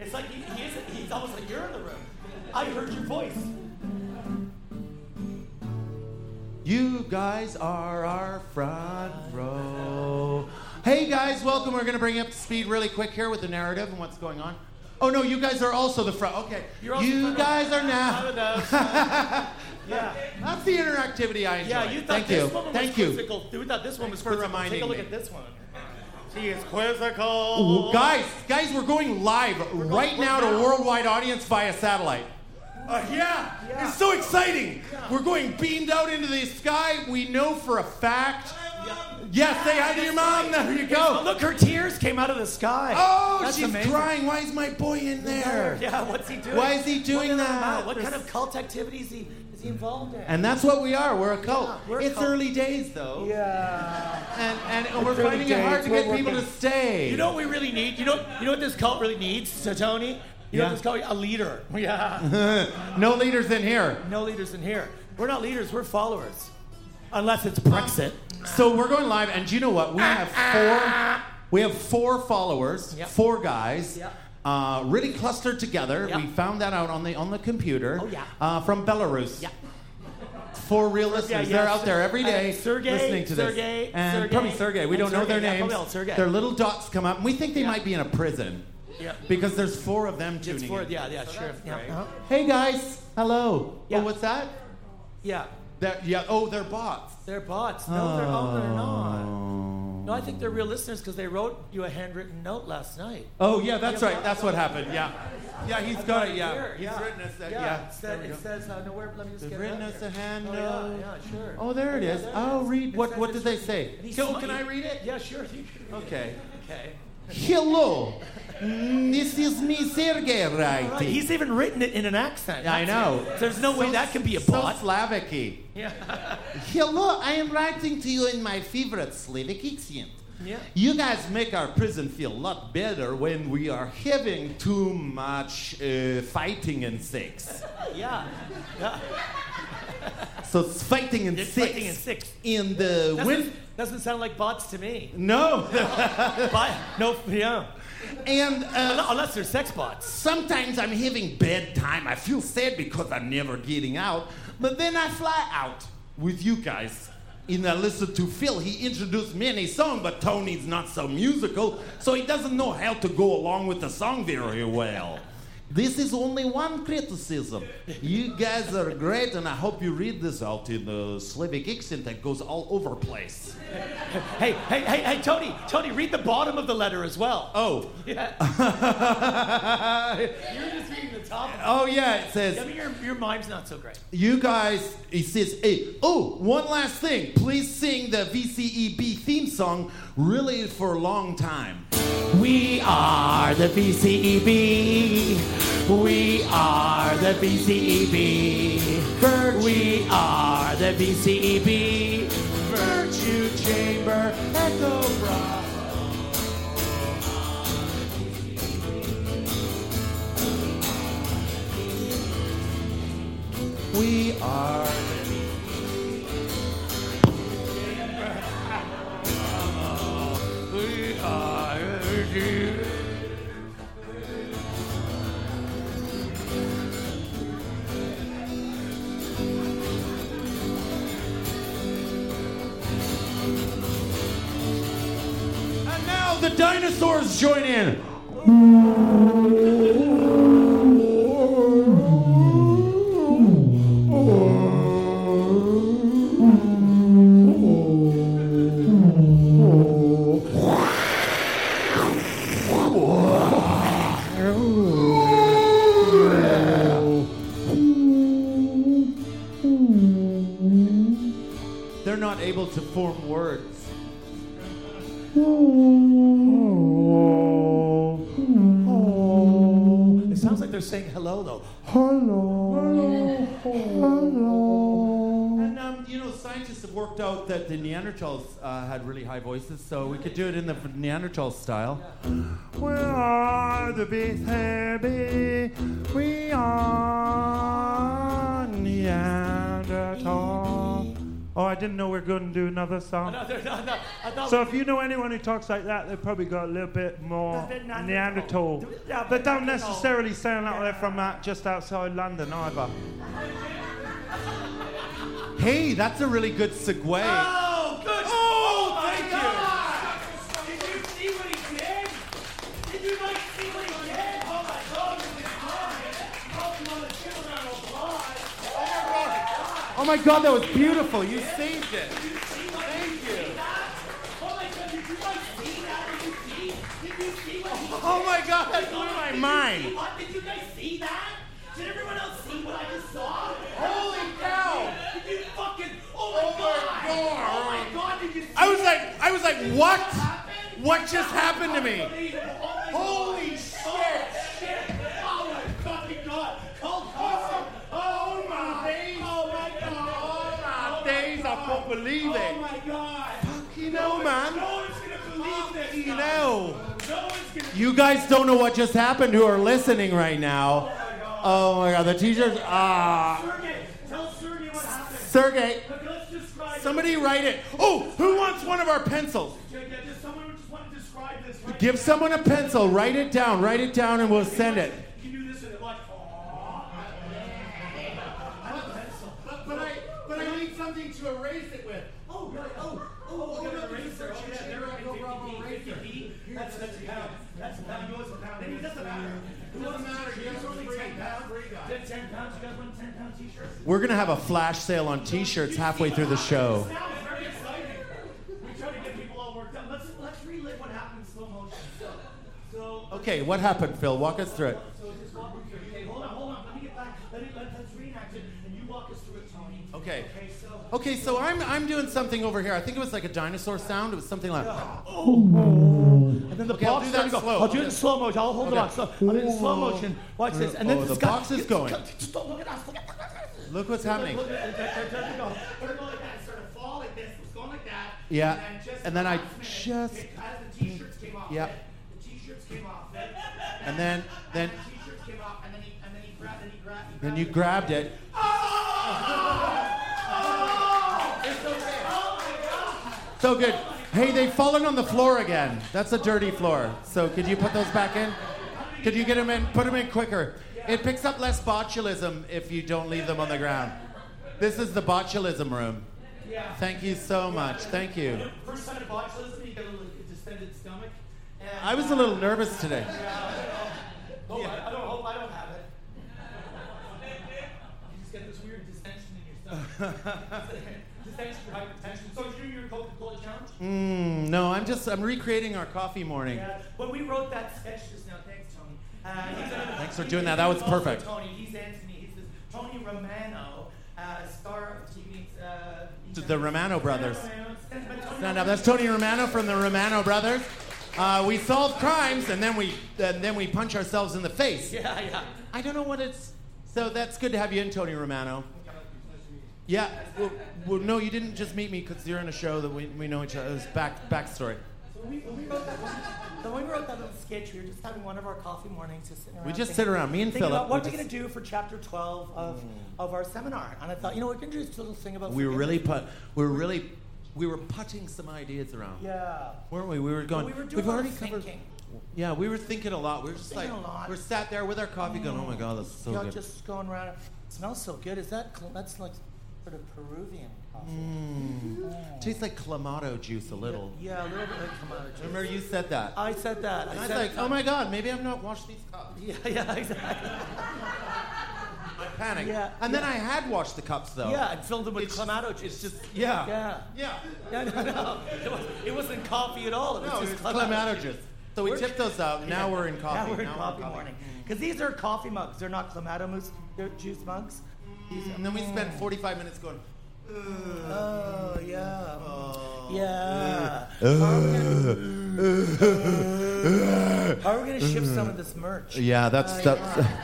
[SPEAKER 6] It's like he, he isn't. He's almost like you're in the room. I heard your voice.
[SPEAKER 2] You guys are our front row. Hey guys, welcome. We're gonna bring you up to speed really quick here with the narrative and what's going on. Oh no, you guys are also the front. Okay,
[SPEAKER 5] You're also
[SPEAKER 2] you
[SPEAKER 5] front row.
[SPEAKER 2] guys are now.
[SPEAKER 5] yeah.
[SPEAKER 2] That's the interactivity I enjoy.
[SPEAKER 5] Yeah. You thought
[SPEAKER 2] Thank
[SPEAKER 5] this
[SPEAKER 2] you.
[SPEAKER 5] woman
[SPEAKER 2] Thank
[SPEAKER 5] was
[SPEAKER 2] you.
[SPEAKER 5] quizzical. You thought this one was
[SPEAKER 2] for
[SPEAKER 5] quizzical.
[SPEAKER 2] reminding
[SPEAKER 5] Take a look
[SPEAKER 2] me.
[SPEAKER 5] at this one. She is quizzical.
[SPEAKER 2] Ooh, Guys, guys, we're going live right now to a worldwide audience via satellite. Uh, yeah. it's so exciting. We're going beamed out into the sky. We know for a fact. Yes, say hi to your mom. There you
[SPEAKER 5] Oh,
[SPEAKER 2] go.
[SPEAKER 5] look, her tears came out of the sky.
[SPEAKER 2] Oh,
[SPEAKER 5] That's
[SPEAKER 2] she's
[SPEAKER 5] amazing.
[SPEAKER 2] crying. Why is my boy in there?
[SPEAKER 5] Yeah, what's he doing?
[SPEAKER 2] Why is he doing
[SPEAKER 5] What,
[SPEAKER 2] that?
[SPEAKER 5] What kind of cult activity is he is he involved in?
[SPEAKER 2] And that's what we are. We're a cult.
[SPEAKER 5] Yeah, we're a
[SPEAKER 2] it's
[SPEAKER 5] cult.
[SPEAKER 2] early days, though.
[SPEAKER 5] Yeah.
[SPEAKER 2] And, and we're
[SPEAKER 5] early
[SPEAKER 2] finding it hard
[SPEAKER 5] days.
[SPEAKER 2] to
[SPEAKER 5] We're
[SPEAKER 2] get people to
[SPEAKER 5] working.
[SPEAKER 2] stay.
[SPEAKER 5] You know what we really need? You know, you know what this cult really needs, so Tony? You know
[SPEAKER 2] Yeah.
[SPEAKER 5] what this cult? A leader. Yeah.
[SPEAKER 2] no leaders in here.
[SPEAKER 5] no leaders in here. We're not leaders, we're followers. Unless it's Brexit.
[SPEAKER 2] So we're going live, and do you know what? We have four. We have four followers,
[SPEAKER 5] Yep.
[SPEAKER 2] four guys,
[SPEAKER 5] Yep.
[SPEAKER 2] uh, really clustered together.
[SPEAKER 5] Yep.
[SPEAKER 2] We found that out on the on the computer.
[SPEAKER 5] Oh, yeah.
[SPEAKER 2] uh, from Belarus.
[SPEAKER 5] Yeah.
[SPEAKER 2] Four real listeners.
[SPEAKER 5] yeah,
[SPEAKER 2] They're out there every
[SPEAKER 5] uh,
[SPEAKER 2] day
[SPEAKER 5] Sergey,
[SPEAKER 2] listening to this.
[SPEAKER 5] Sergey,
[SPEAKER 2] and
[SPEAKER 5] Sergey,
[SPEAKER 2] probably Sergey. We
[SPEAKER 5] and
[SPEAKER 2] don't know their
[SPEAKER 5] Sergey, yeah,
[SPEAKER 2] names.
[SPEAKER 5] probably all Sergey.
[SPEAKER 2] Their little dots come up, and we think they might be in a prison
[SPEAKER 5] Yeah.
[SPEAKER 2] because there's four of them tuning
[SPEAKER 5] It's for,
[SPEAKER 2] in.
[SPEAKER 5] yeah, yeah, sure. Yeah. uh-huh.
[SPEAKER 2] Hey guys, hello.
[SPEAKER 5] Yeah.
[SPEAKER 2] Oh, what's that?
[SPEAKER 5] yeah.
[SPEAKER 2] That yeah. Oh, they're bots.
[SPEAKER 5] They're bots. No, they're, oh, they're not. No, I think they're real listeners because they wrote you a handwritten note last night.
[SPEAKER 2] Oh yeah, that's
[SPEAKER 5] Yeah,
[SPEAKER 2] right.
[SPEAKER 5] but-
[SPEAKER 2] That's what happened. Yeah. Yeah, he's
[SPEAKER 5] I've
[SPEAKER 2] got it.
[SPEAKER 5] here,
[SPEAKER 2] Yeah. He's written us that. Yeah.
[SPEAKER 5] It
[SPEAKER 2] There
[SPEAKER 5] said,
[SPEAKER 2] we
[SPEAKER 5] it
[SPEAKER 2] go.
[SPEAKER 5] says, uh, no, where, let me just
[SPEAKER 2] They've
[SPEAKER 5] get
[SPEAKER 2] written
[SPEAKER 5] it out
[SPEAKER 2] us a
[SPEAKER 5] here.
[SPEAKER 2] hand
[SPEAKER 5] oh,
[SPEAKER 2] note.
[SPEAKER 5] Yeah, yeah, sure.
[SPEAKER 2] Oh, there it
[SPEAKER 5] Yeah,
[SPEAKER 2] is.
[SPEAKER 5] there it
[SPEAKER 2] I'll
[SPEAKER 5] is.
[SPEAKER 2] read.
[SPEAKER 5] It
[SPEAKER 2] What
[SPEAKER 5] says
[SPEAKER 2] What did
[SPEAKER 5] it's
[SPEAKER 2] they
[SPEAKER 5] written-
[SPEAKER 2] say?
[SPEAKER 5] and he
[SPEAKER 2] Hello,
[SPEAKER 5] smi-
[SPEAKER 2] can I read it?
[SPEAKER 5] Yeah, sure. You can read
[SPEAKER 2] Okay.
[SPEAKER 5] it. Okay.
[SPEAKER 2] Hello. This is me, Sergey
[SPEAKER 5] Right,
[SPEAKER 2] Wrighty.
[SPEAKER 5] he's even written it in an accent.
[SPEAKER 2] I
[SPEAKER 5] That's
[SPEAKER 2] know.
[SPEAKER 5] it. There's no way that can be a
[SPEAKER 2] So
[SPEAKER 5] bot.
[SPEAKER 2] Slavic-y.
[SPEAKER 5] Yeah.
[SPEAKER 2] Hello, I am writing to you in my favorite Slavic accent.
[SPEAKER 5] Yeah.
[SPEAKER 2] You guys make our prison feel a lot better when we are having too much uh, fighting and sex.
[SPEAKER 5] Yeah.
[SPEAKER 2] So it's fighting and
[SPEAKER 5] It's
[SPEAKER 2] sex.
[SPEAKER 5] fighting and sex.
[SPEAKER 2] In the
[SPEAKER 5] Doesn't,
[SPEAKER 2] win.
[SPEAKER 5] doesn't sound like bots to me.
[SPEAKER 2] No,
[SPEAKER 5] Bot, no, yeah.
[SPEAKER 2] And uh,
[SPEAKER 6] Unless they're sex bots.
[SPEAKER 2] sometimes I'm having bad time. I feel sad because I'm never getting out. But then I fly out with you guys. And I listen to Phil. He introduced me in a song, but Tony's not so musical, so he doesn't know how to go along with the song very well. This is only one criticism. You guys are great, and I hope you read this out in a Slavic accent that goes all over place.
[SPEAKER 6] Hey, hey, hey, hey, Tony, Tony, read the bottom of the letter as well.
[SPEAKER 2] Oh,
[SPEAKER 6] You're just reading the top. Of
[SPEAKER 2] oh yeah, it says.
[SPEAKER 6] I mean, your, your mime's not so great.
[SPEAKER 2] you guys, he says, hey, oh, one last thing. Please sing the VCEB theme song, really for a long time.
[SPEAKER 5] We are the BCEB. We are the BCEB. We are the E BCEB. Virtue Chamber Echo Bravo. We are. We are the
[SPEAKER 2] And now the dinosaurs join in. They're not able to form words.
[SPEAKER 5] It
[SPEAKER 2] sounds like they're saying hello though.
[SPEAKER 5] Hello. Hello.
[SPEAKER 2] And um, you know, scientists have worked out that the Neanderthals uh, had really high voices, so we could do it in the Neanderthal style.
[SPEAKER 5] We are the beast heavy. We are Neanderthal. Oh, I didn't know we are going to do another song. So if you know anyone who talks like that, they've probably got a little bit more Neanderthal. They don't necessarily sound like they're from uh, just outside London either.
[SPEAKER 2] Hey, that's a really good segue.
[SPEAKER 6] Oh, good. Oh, thank you. Did you see what he did? Did you like see what he did? Oh my God, this is great. Help him on the chin with an applause.
[SPEAKER 2] Oh my God, that was beautiful. You saved it.
[SPEAKER 6] Oh my God, did you like see that? Did you see? Did you see what he
[SPEAKER 2] Oh my God, that blew my mind.
[SPEAKER 6] What? Did you guys see that? Did everyone else see what I just saw?
[SPEAKER 2] Holy cow!
[SPEAKER 6] Did you fucking? Oh my God! Oh my God! Did you see
[SPEAKER 2] I was like, I was like, what?
[SPEAKER 6] happened?
[SPEAKER 2] What just happened to me? Holy
[SPEAKER 6] Holy shit! Oh my fucking god! Cole Coulson! Oh my days! Oh my god! Oh my
[SPEAKER 2] Days, I can't believe
[SPEAKER 6] Oh
[SPEAKER 2] it.
[SPEAKER 6] my god!
[SPEAKER 2] You know, man.
[SPEAKER 6] No one's gonna believe this!
[SPEAKER 2] You
[SPEAKER 6] guys.
[SPEAKER 2] know.
[SPEAKER 6] No one's gonna.
[SPEAKER 2] You guys don't know what just happened who are listening right now. Oh my god, the t-shirts. Ah.
[SPEAKER 6] Sergey, tell Sergey what happened.
[SPEAKER 2] Sergey,
[SPEAKER 6] Look, let's describe.
[SPEAKER 2] somebody write it. Oh, who wants one of our pencils?
[SPEAKER 6] It. Yeah, yeah, just someone would just want to describe this. Right
[SPEAKER 2] Give someone a pencil, write it down, write it down, and we'll send it.
[SPEAKER 6] You can do this and it like.
[SPEAKER 2] But I, but I need something to erase it with.
[SPEAKER 6] Oh, really? Oh, oh, oh, oh, no, eraser. Oh, yeah, they're on 50p, 50p. That's, that's a pound. That's a pound. You owe us a pound. Maybe it doesn't matter. It doesn't matter. You guys are only 10 pounds. 10 pounds. You guys want 10 pound t-shirts.
[SPEAKER 2] We're gonna have a flash sale on T-shirts halfway through the show.
[SPEAKER 6] Now it's very exciting. We try to get people all worked up. Let's, let's relive what happened in slow motion. So, so,
[SPEAKER 2] Okay, what happened, Phil? Walk us through it.
[SPEAKER 6] so just walk me through. Okay, hold on, hold on. Let me get back. Let me, let, let's reenact it. And you walk us through it, Tony.
[SPEAKER 2] Okay.
[SPEAKER 6] Okay, so.
[SPEAKER 2] Okay, so I'm I'm doing something over here. I think it was like a dinosaur sound. It was something like.
[SPEAKER 6] And then the
[SPEAKER 2] Okay, I'll
[SPEAKER 6] box
[SPEAKER 2] do
[SPEAKER 6] is
[SPEAKER 2] that
[SPEAKER 6] going to go.
[SPEAKER 2] slow.
[SPEAKER 6] I'll do it in slow motion. I'll hold
[SPEAKER 2] Okay.
[SPEAKER 6] the box. So I'm in slow motion. Watch this. And then
[SPEAKER 2] Oh,
[SPEAKER 6] this
[SPEAKER 2] the
[SPEAKER 6] guy-
[SPEAKER 2] box is going.
[SPEAKER 6] Just don't look at us. Look at
[SPEAKER 2] Look what's happening.
[SPEAKER 6] Look at us. We're going like that. Sort of fall like this. It's going like that.
[SPEAKER 2] Yeah.
[SPEAKER 6] And then, just
[SPEAKER 2] And then I
[SPEAKER 6] last minute,
[SPEAKER 2] just-
[SPEAKER 6] it- As the t-shirts came off.
[SPEAKER 2] Yeah.
[SPEAKER 6] it, The t-shirts came off. it,
[SPEAKER 2] And then then
[SPEAKER 6] The t-shirts came off. And then he and then he grabbed. And he grabbed. He
[SPEAKER 2] then
[SPEAKER 6] grabbed
[SPEAKER 2] you
[SPEAKER 6] it.
[SPEAKER 2] grabbed it. So good. Hey, they've fallen on the floor again. That's a dirty floor. So could you put those back in? Could you get them in? Put them in quicker. It picks up less botulism if you don't leave them on the ground. This is the botulism room. Thank you so much. Thank you.
[SPEAKER 6] First sign of botulism, you get a little distended stomach. And,
[SPEAKER 2] I was a little nervous today.
[SPEAKER 6] Oh, I, I don't hope I don't have it. you just get this weird distension in your stomach. distension, hypertension. So did you do your Coca-Cola challenge?
[SPEAKER 2] Mm, no, I'm just I'm recreating our coffee morning.
[SPEAKER 6] Yeah. When we wrote that sketch just now, thanks, Tony. Uh, he's a-
[SPEAKER 2] Thanks for
[SPEAKER 6] he's
[SPEAKER 2] doing
[SPEAKER 6] a-
[SPEAKER 2] that. That was
[SPEAKER 6] he's also
[SPEAKER 2] perfect.
[SPEAKER 6] Tony, he's Anthony. He's this Tony Romano, uh, star of TV. Uh, he's
[SPEAKER 2] The
[SPEAKER 6] a-
[SPEAKER 2] Romano brothers.
[SPEAKER 6] Romano, stand by Tony
[SPEAKER 2] Stand up. That's Tony Romano from the Romano Brothers. Uh, we solve crimes and then we and then we punch ourselves in the face.
[SPEAKER 6] Yeah, yeah.
[SPEAKER 2] I don't know what it's. So that's good to have you in, Tony Romano. Yeah. Well, well no, you didn't just meet me because you're in a show that we, we know each other's back backstory.
[SPEAKER 6] So when we, when we wrote that, so when we wrote that little sketch, we were just having one of our coffee mornings, just sitting around.
[SPEAKER 2] We just
[SPEAKER 6] thinking-
[SPEAKER 2] sit around, me and
[SPEAKER 6] thinking
[SPEAKER 2] Philip.
[SPEAKER 6] about what
[SPEAKER 2] we
[SPEAKER 6] we're
[SPEAKER 2] just- Mm.
[SPEAKER 6] going to do for chapter 12 of, of our seminar. And I thought, you know, we can do this little thing about.
[SPEAKER 2] we were
[SPEAKER 6] forgiveness.
[SPEAKER 2] really put. We were really. We were putting some ideas around,
[SPEAKER 6] Yeah.
[SPEAKER 2] weren't we? We were going.
[SPEAKER 6] we were doing
[SPEAKER 2] have
[SPEAKER 6] a lot
[SPEAKER 2] already
[SPEAKER 6] of
[SPEAKER 2] covered.
[SPEAKER 6] thinking.
[SPEAKER 2] Yeah, we were thinking a lot. We were just
[SPEAKER 6] Thinking
[SPEAKER 2] like,
[SPEAKER 6] a lot.
[SPEAKER 2] we're sat there with our coffee, going, "Oh my god, that's so
[SPEAKER 6] you know,
[SPEAKER 2] good."
[SPEAKER 6] just going around. It smells so good. Is that, cl- that's like sort of Peruvian coffee.
[SPEAKER 2] Tastes like clamato juice a little.
[SPEAKER 6] Yeah, a little bit like Kamada
[SPEAKER 2] Remember you said that.
[SPEAKER 6] I said that.
[SPEAKER 2] and I was
[SPEAKER 6] said
[SPEAKER 2] like, oh my god, maybe I've not washed these cups.
[SPEAKER 6] Yeah, yeah, exactly.
[SPEAKER 2] I panicked.
[SPEAKER 6] Yeah,
[SPEAKER 2] and then I had washed the cups though.
[SPEAKER 6] Yeah, and filled them with
[SPEAKER 2] It's-
[SPEAKER 6] clamato juice.
[SPEAKER 2] It's just yeah.
[SPEAKER 6] Yeah.
[SPEAKER 2] Yeah.
[SPEAKER 6] Yeah, no, no. It, was, it wasn't coffee at all. It was
[SPEAKER 2] No,
[SPEAKER 6] just
[SPEAKER 2] it's clamato juice. So we
[SPEAKER 6] We're-
[SPEAKER 2] tipped those out. Now we're in coffee.
[SPEAKER 6] Now we're in
[SPEAKER 2] on
[SPEAKER 6] coffee morning. Because these are coffee mugs. They're not clamato mousse, they're juice mugs. These
[SPEAKER 2] Mm. And then we spent 45 minutes going.
[SPEAKER 6] are, oh, yeah. Yeah.
[SPEAKER 2] Oh.
[SPEAKER 6] How are we going to ship some of this merch?
[SPEAKER 2] Yeah, that's that's.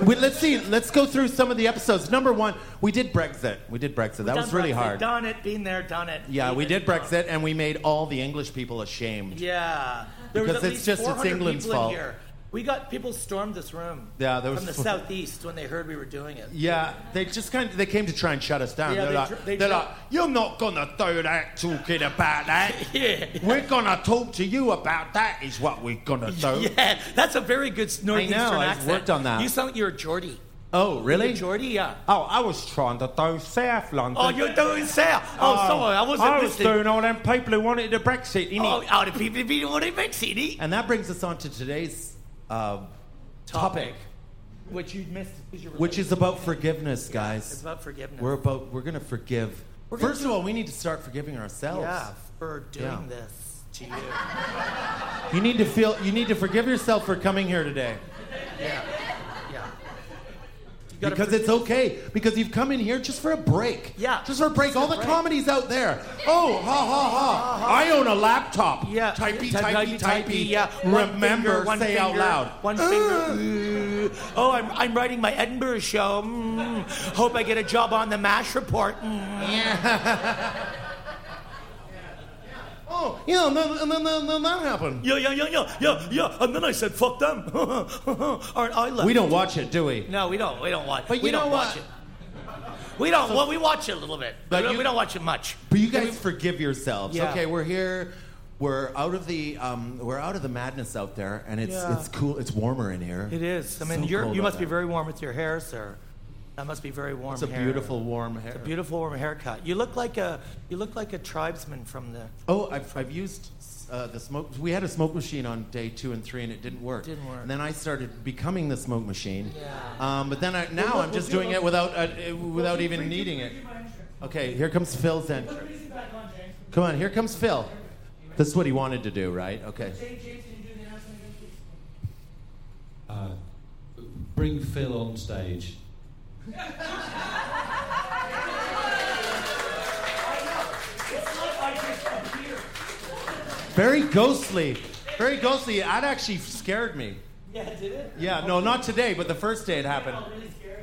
[SPEAKER 2] Wait, let's see. Let's go through some of the episodes. Number one, we did Brexit. We did Brexit. that was
[SPEAKER 6] Done
[SPEAKER 2] really
[SPEAKER 6] Brexit,
[SPEAKER 2] hard.
[SPEAKER 6] Done it, been there, done it.
[SPEAKER 2] Yeah,
[SPEAKER 6] Been
[SPEAKER 2] we
[SPEAKER 6] there,
[SPEAKER 2] did
[SPEAKER 6] done it.
[SPEAKER 2] Brexit, and we made all the English people ashamed.
[SPEAKER 6] Yeah, there was
[SPEAKER 2] Because
[SPEAKER 6] at
[SPEAKER 2] it's
[SPEAKER 6] least
[SPEAKER 2] just- it's
[SPEAKER 6] 400
[SPEAKER 2] England's
[SPEAKER 6] people in
[SPEAKER 2] fault.
[SPEAKER 6] Here. We got people stormed this room.
[SPEAKER 2] Yeah, there was
[SPEAKER 6] from the
[SPEAKER 2] four-
[SPEAKER 6] southeast when they heard we were doing it.
[SPEAKER 2] Yeah, they just kind of they came to try and shut us down.
[SPEAKER 6] Yeah,
[SPEAKER 2] they're
[SPEAKER 6] they
[SPEAKER 2] like,
[SPEAKER 6] dr- they
[SPEAKER 2] they're
[SPEAKER 6] dro-
[SPEAKER 2] like, you're not gonna do that talking about that.
[SPEAKER 6] Yeah.
[SPEAKER 2] We're gonna talk to you about that. Is what we're gonna do.
[SPEAKER 6] Yeah, that's a very good s- northeastern
[SPEAKER 2] I
[SPEAKER 6] accent.
[SPEAKER 2] worked on that.
[SPEAKER 6] You sound like you're a Geordie.
[SPEAKER 2] Oh, really?
[SPEAKER 6] You're a Geordie, yeah.
[SPEAKER 2] Oh, I was trying to do South London.
[SPEAKER 6] Oh, you're doing south. Oh, sorry, I wasn't
[SPEAKER 2] I was
[SPEAKER 6] listening.
[SPEAKER 2] doing all them people who wanted the Brexit, innit?
[SPEAKER 6] Oh, out of people be what it meant, CD.
[SPEAKER 2] And that brings us on to today's uh, topic,
[SPEAKER 6] Which you missed because you were
[SPEAKER 2] which
[SPEAKER 6] late.
[SPEAKER 2] is about forgiveness, guys.
[SPEAKER 6] it's about forgiveness.
[SPEAKER 2] We're about we're gonna forgive.
[SPEAKER 6] gonna
[SPEAKER 2] First of all, we need to start forgiving ourselves.
[SPEAKER 6] yeah for doing
[SPEAKER 2] Yeah.
[SPEAKER 6] this to you.
[SPEAKER 2] You need to feel you need to forgive yourself for coming here today.
[SPEAKER 6] Yeah. You gotta
[SPEAKER 2] Because
[SPEAKER 6] forgive-
[SPEAKER 2] it's okay. Because you've come in here just for a break.
[SPEAKER 6] Yeah.
[SPEAKER 2] Just for a break. All the comedy's out there. Oh, ha ha ha. I own a laptop.
[SPEAKER 6] Yeah.
[SPEAKER 2] Typey,
[SPEAKER 6] Type,
[SPEAKER 2] typey,
[SPEAKER 6] typey, typey,
[SPEAKER 2] typey.
[SPEAKER 6] Yeah. One
[SPEAKER 2] Remember,
[SPEAKER 6] finger, one
[SPEAKER 2] say out
[SPEAKER 6] finger,
[SPEAKER 2] loud.
[SPEAKER 6] One finger. Uh, Oh, I'm, I'm writing my Edinburgh show. Mm. Hope I get a job on the MASH report. Mm.
[SPEAKER 2] Oh, yeah, and then, and then, and then that happened.
[SPEAKER 6] Yo, yo, yo, yo, yo, yo. And then I said, fuck them. Aren't I left?
[SPEAKER 2] We don't watch it, do we?
[SPEAKER 6] No, we don't. We don't watch.
[SPEAKER 2] But you
[SPEAKER 6] we
[SPEAKER 2] know
[SPEAKER 6] don't
[SPEAKER 2] what?
[SPEAKER 6] watch it. We don't. well, we watch it a little bit.
[SPEAKER 2] But
[SPEAKER 6] we, don't-
[SPEAKER 2] you-
[SPEAKER 6] we don't watch it much.
[SPEAKER 2] But you guys forgive yourselves.
[SPEAKER 6] Yeah.
[SPEAKER 2] Okay, we're here. We're out of the um, we're out of the madness out there, and it's
[SPEAKER 6] Yeah.
[SPEAKER 2] it's cool. It's warmer in here.
[SPEAKER 6] It is. I mean,
[SPEAKER 2] So
[SPEAKER 6] you're,
[SPEAKER 2] cold
[SPEAKER 6] you
[SPEAKER 2] out
[SPEAKER 6] must be
[SPEAKER 2] there.
[SPEAKER 6] very warm with your hair, sir. That must be very warm.
[SPEAKER 2] It's a
[SPEAKER 6] hair.
[SPEAKER 2] beautiful warm hair.
[SPEAKER 6] Beautiful warm haircut. You look like a you look like a tribesman from the
[SPEAKER 2] Oh, I've, I've used uh, the smoke. We had a smoke machine on day two and three, and it didn't work.
[SPEAKER 6] Didn't work.
[SPEAKER 2] And then I started becoming the smoke machine.
[SPEAKER 6] Yeah.
[SPEAKER 2] Um, but then I, now
[SPEAKER 6] we'll-
[SPEAKER 2] I'm just
[SPEAKER 6] we'll do
[SPEAKER 2] doing
[SPEAKER 6] a-
[SPEAKER 2] it without uh, uh, without even needing it. Okay, here comes Phil's entrance. Come on, here comes Phil. This is what he wanted to do, right? Okay.
[SPEAKER 7] Bring Phil on stage.
[SPEAKER 2] Very ghostly. Very ghostly. That actually scared me.
[SPEAKER 6] Yeah, did it?
[SPEAKER 2] Yeah, no, not today, but the first day it happened.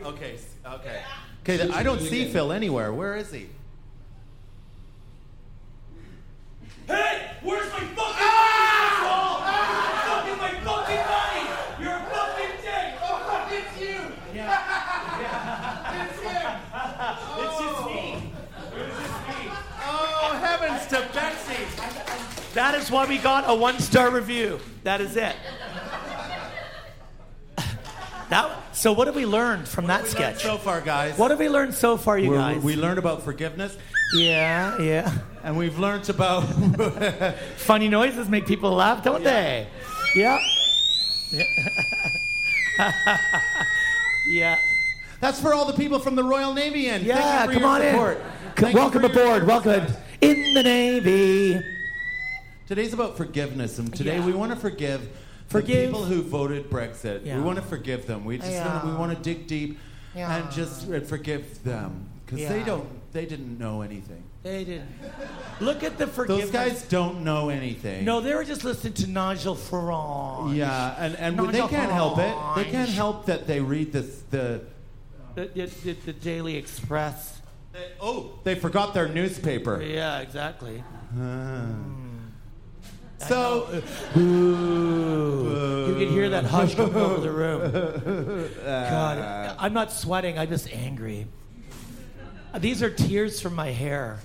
[SPEAKER 2] Okay, s- okay. Okay, I don't see Phil anywhere. Where is he?
[SPEAKER 6] Hey, where's my fucking ah! Fucking my fucking money! You're a fucking dick! Oh, it's you! it's you! It's just me.
[SPEAKER 2] Oh, heavens to Betsy!
[SPEAKER 6] I, I is why we got a one star review. That is it. That, so, what have we learned from that
[SPEAKER 2] What have we learned
[SPEAKER 6] sketch?
[SPEAKER 2] So far, guys.
[SPEAKER 6] what have we learned so far, you
[SPEAKER 2] We're-
[SPEAKER 6] guys?
[SPEAKER 2] We learned about forgiveness,
[SPEAKER 6] yeah, yeah.
[SPEAKER 2] and we've learned about
[SPEAKER 6] Funny noises make people laugh, don't they? Yeah. yeah.
[SPEAKER 2] That's for all the people from the Royal Navy and
[SPEAKER 6] Yeah,
[SPEAKER 2] Thank you for
[SPEAKER 6] come on
[SPEAKER 2] your
[SPEAKER 6] in.
[SPEAKER 2] support.
[SPEAKER 6] C-
[SPEAKER 2] Thank you
[SPEAKER 6] welcome
[SPEAKER 2] for your
[SPEAKER 6] aboard.
[SPEAKER 2] support,
[SPEAKER 6] Welcome
[SPEAKER 2] guys.
[SPEAKER 6] in the Navy.
[SPEAKER 2] Today's about forgiveness, and today
[SPEAKER 6] Yeah.
[SPEAKER 2] we want to forgive, the
[SPEAKER 6] Forgive.
[SPEAKER 2] people who voted Brexit.
[SPEAKER 6] Yeah.
[SPEAKER 2] We want to forgive them. We just
[SPEAKER 6] Yeah.
[SPEAKER 2] we want to dig deep and just uh, forgive them because they
[SPEAKER 6] Yeah.
[SPEAKER 2] don't they didn't know anything.
[SPEAKER 6] They did. Look at the
[SPEAKER 2] Those
[SPEAKER 6] forgiveness.
[SPEAKER 2] guys don't know anything.
[SPEAKER 6] No, they were just listening to Nigel Farage.
[SPEAKER 2] Yeah, and, and
[SPEAKER 6] Nigel
[SPEAKER 2] they can't help it. They
[SPEAKER 6] Farage.
[SPEAKER 2] can't help that they read this the.
[SPEAKER 6] The, the, the, the Daily Express.
[SPEAKER 2] oh, they forgot their newspaper.
[SPEAKER 6] Yeah, exactly.
[SPEAKER 2] So
[SPEAKER 6] You can hear that hush coming over the room. God, I'm not sweating. I'm just angry. These are tears from my hair.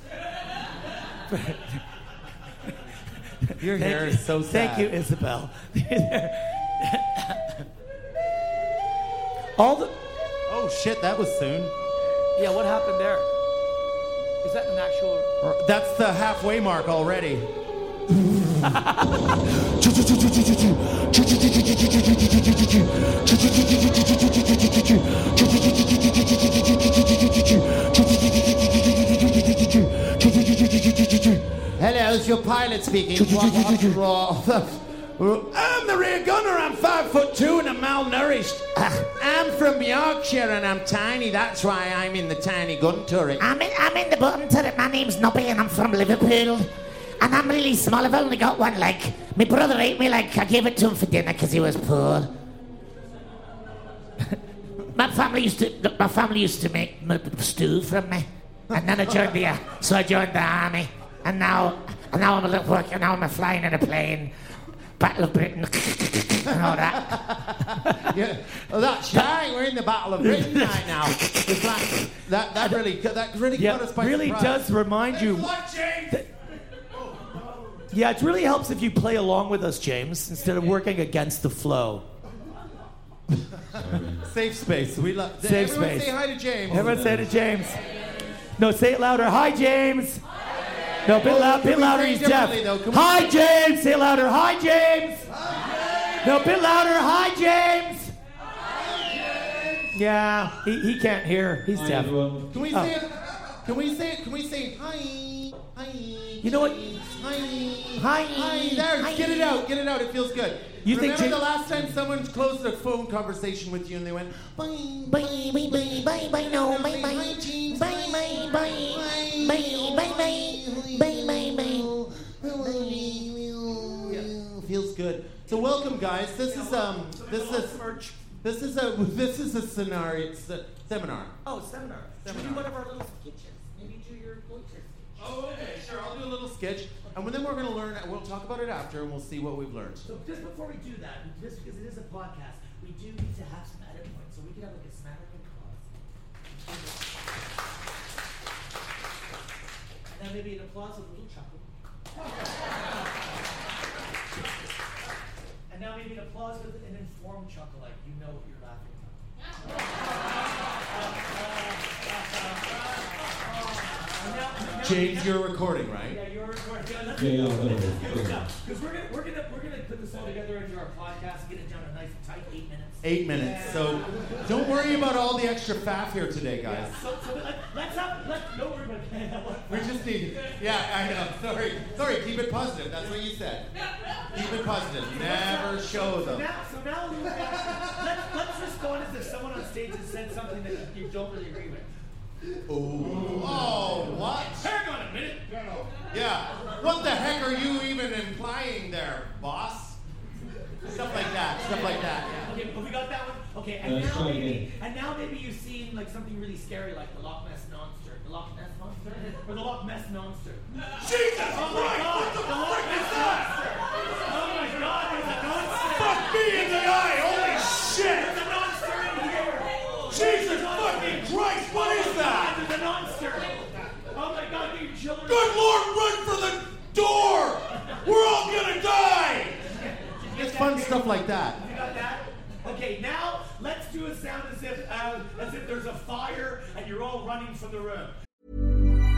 [SPEAKER 2] your
[SPEAKER 6] Thank
[SPEAKER 2] hair
[SPEAKER 6] you.
[SPEAKER 2] is so sad.
[SPEAKER 6] Thank you, Isabel. All the
[SPEAKER 2] Oh shit, that was soon.
[SPEAKER 6] yeah. What happened there? Is that an actual?
[SPEAKER 2] Or- That's the halfway mark already. Hello, it's your pilot speaking. I'm the rear gunner. I'm five foot two and I'm malnourished. I'm from Yorkshire and I'm tiny. That's why I'm in the tiny gun turret.
[SPEAKER 8] I'm in, I'm in the bottom turret. My name's Nobby and I'm from Liverpool. And I'm really small. I've only got one leg. My brother ate me leg. I gave it to him for dinner because he was poor. my family used to my family used to make m- stew from me. And then I joined the uh, so I joined the army. And now and now I'm a little work and now I'm flying in a plane. Battle of Britain and all that.
[SPEAKER 2] Yeah. Oh, that's right. We're in the Battle of Britain right now. It's like, that, that really, that really
[SPEAKER 6] Yeah,
[SPEAKER 2] caught us by
[SPEAKER 6] really
[SPEAKER 2] surprise.
[SPEAKER 6] does remind you. Yeah, it really helps if you play along with us, James, instead of working against the flow.
[SPEAKER 2] Safe space. We love.
[SPEAKER 6] Safe
[SPEAKER 2] Everyone
[SPEAKER 6] space.
[SPEAKER 2] say hi to James.
[SPEAKER 6] Everyone say to James. No, say it louder. Hi, James. No, a bit, loud,
[SPEAKER 2] can
[SPEAKER 6] bit
[SPEAKER 2] we
[SPEAKER 6] louder.
[SPEAKER 2] say
[SPEAKER 6] He's deaf.
[SPEAKER 2] differently, though? Can we-
[SPEAKER 6] Hi, James. Say it louder. Hi, James. No, a bit louder. Hi, James. Yeah, he, he can't hear. He's deaf.
[SPEAKER 7] everyone.
[SPEAKER 2] Can we
[SPEAKER 6] Oh.
[SPEAKER 2] say it? Can we say it? Can we say hi? Hi. You
[SPEAKER 6] know what-
[SPEAKER 2] Hi.
[SPEAKER 6] Hi.
[SPEAKER 2] Hi. There.
[SPEAKER 6] Hi.
[SPEAKER 2] Get it out. Get it out. It feels good.
[SPEAKER 6] You think
[SPEAKER 2] Remember
[SPEAKER 6] Jim-
[SPEAKER 2] the last time someone closed a phone conversation with you and they went bye
[SPEAKER 8] Bye bye bye bye bye no bye bye
[SPEAKER 2] Hi, James.
[SPEAKER 8] bye bye bye bye bye bye bye bye bye.
[SPEAKER 2] Feels good. So welcome, guys. This is um. This is this is a this is a scenario it's a seminar.
[SPEAKER 6] Oh, seminar.
[SPEAKER 2] Seminar.
[SPEAKER 6] one of our little sketches.
[SPEAKER 2] Oh, okay, sure. I'll do a little sketch, and then we're gonna learn. We'll talk about it after, and we'll see what we've learned.
[SPEAKER 9] So just before we do that, just because it is a podcast, we do need to have some edit points, so we could have like a smattering clause. And then maybe an applause with a little chuckle. and now maybe an applause with an informed chuckle, like you know what you're laughing at.
[SPEAKER 2] James, you're recording, right?
[SPEAKER 9] Yeah, you're recording. Yeah, that's
[SPEAKER 7] Yeah, yeah, whatever.
[SPEAKER 9] Because we're gonna we're gonna we're gonna put this all together into our podcast and get it down a nice tight eight minutes.
[SPEAKER 2] Eight minutes. So don't worry about all the extra faff here today, guys.
[SPEAKER 9] So, so let, let's have let don't worry about that one.
[SPEAKER 2] We just need. Yeah, I know. Sorry, sorry. Keep it positive. That's what you said. Keep it positive. Never show them.
[SPEAKER 9] Now, so now you let's, let's respond as if someone on stage has said something that you don't really agree with.
[SPEAKER 2] Oh, what?
[SPEAKER 9] Hang on a minute. No, no.
[SPEAKER 2] Yeah. What the heck are you even implying there, boss? Stuff like that. Stuff like that. Yeah.
[SPEAKER 9] Okay, but we got that one. Okay, and
[SPEAKER 7] Let's
[SPEAKER 9] now
[SPEAKER 7] try
[SPEAKER 9] maybe,
[SPEAKER 7] again.
[SPEAKER 9] and now maybe you've seen like something really scary, like the Loch Ness monster, the Loch Ness monster, or the Loch Ness monster.
[SPEAKER 10] Jesus
[SPEAKER 9] Oh my God! The, Loch Ness monster. Oh my God! There's a monster.
[SPEAKER 10] Fuck me in the eye! Holy shit!
[SPEAKER 9] There's a monster in here.
[SPEAKER 10] Jesus fucking Christ! What is that?
[SPEAKER 9] There's a monster. Oh my God! Your children.
[SPEAKER 10] Good Lord, run for the door!
[SPEAKER 9] We're all gonna die!
[SPEAKER 2] It's fun stuff like that.
[SPEAKER 9] You got that? Okay, now let's do a sound as if uh, as if there's a fire and you're all running from the room.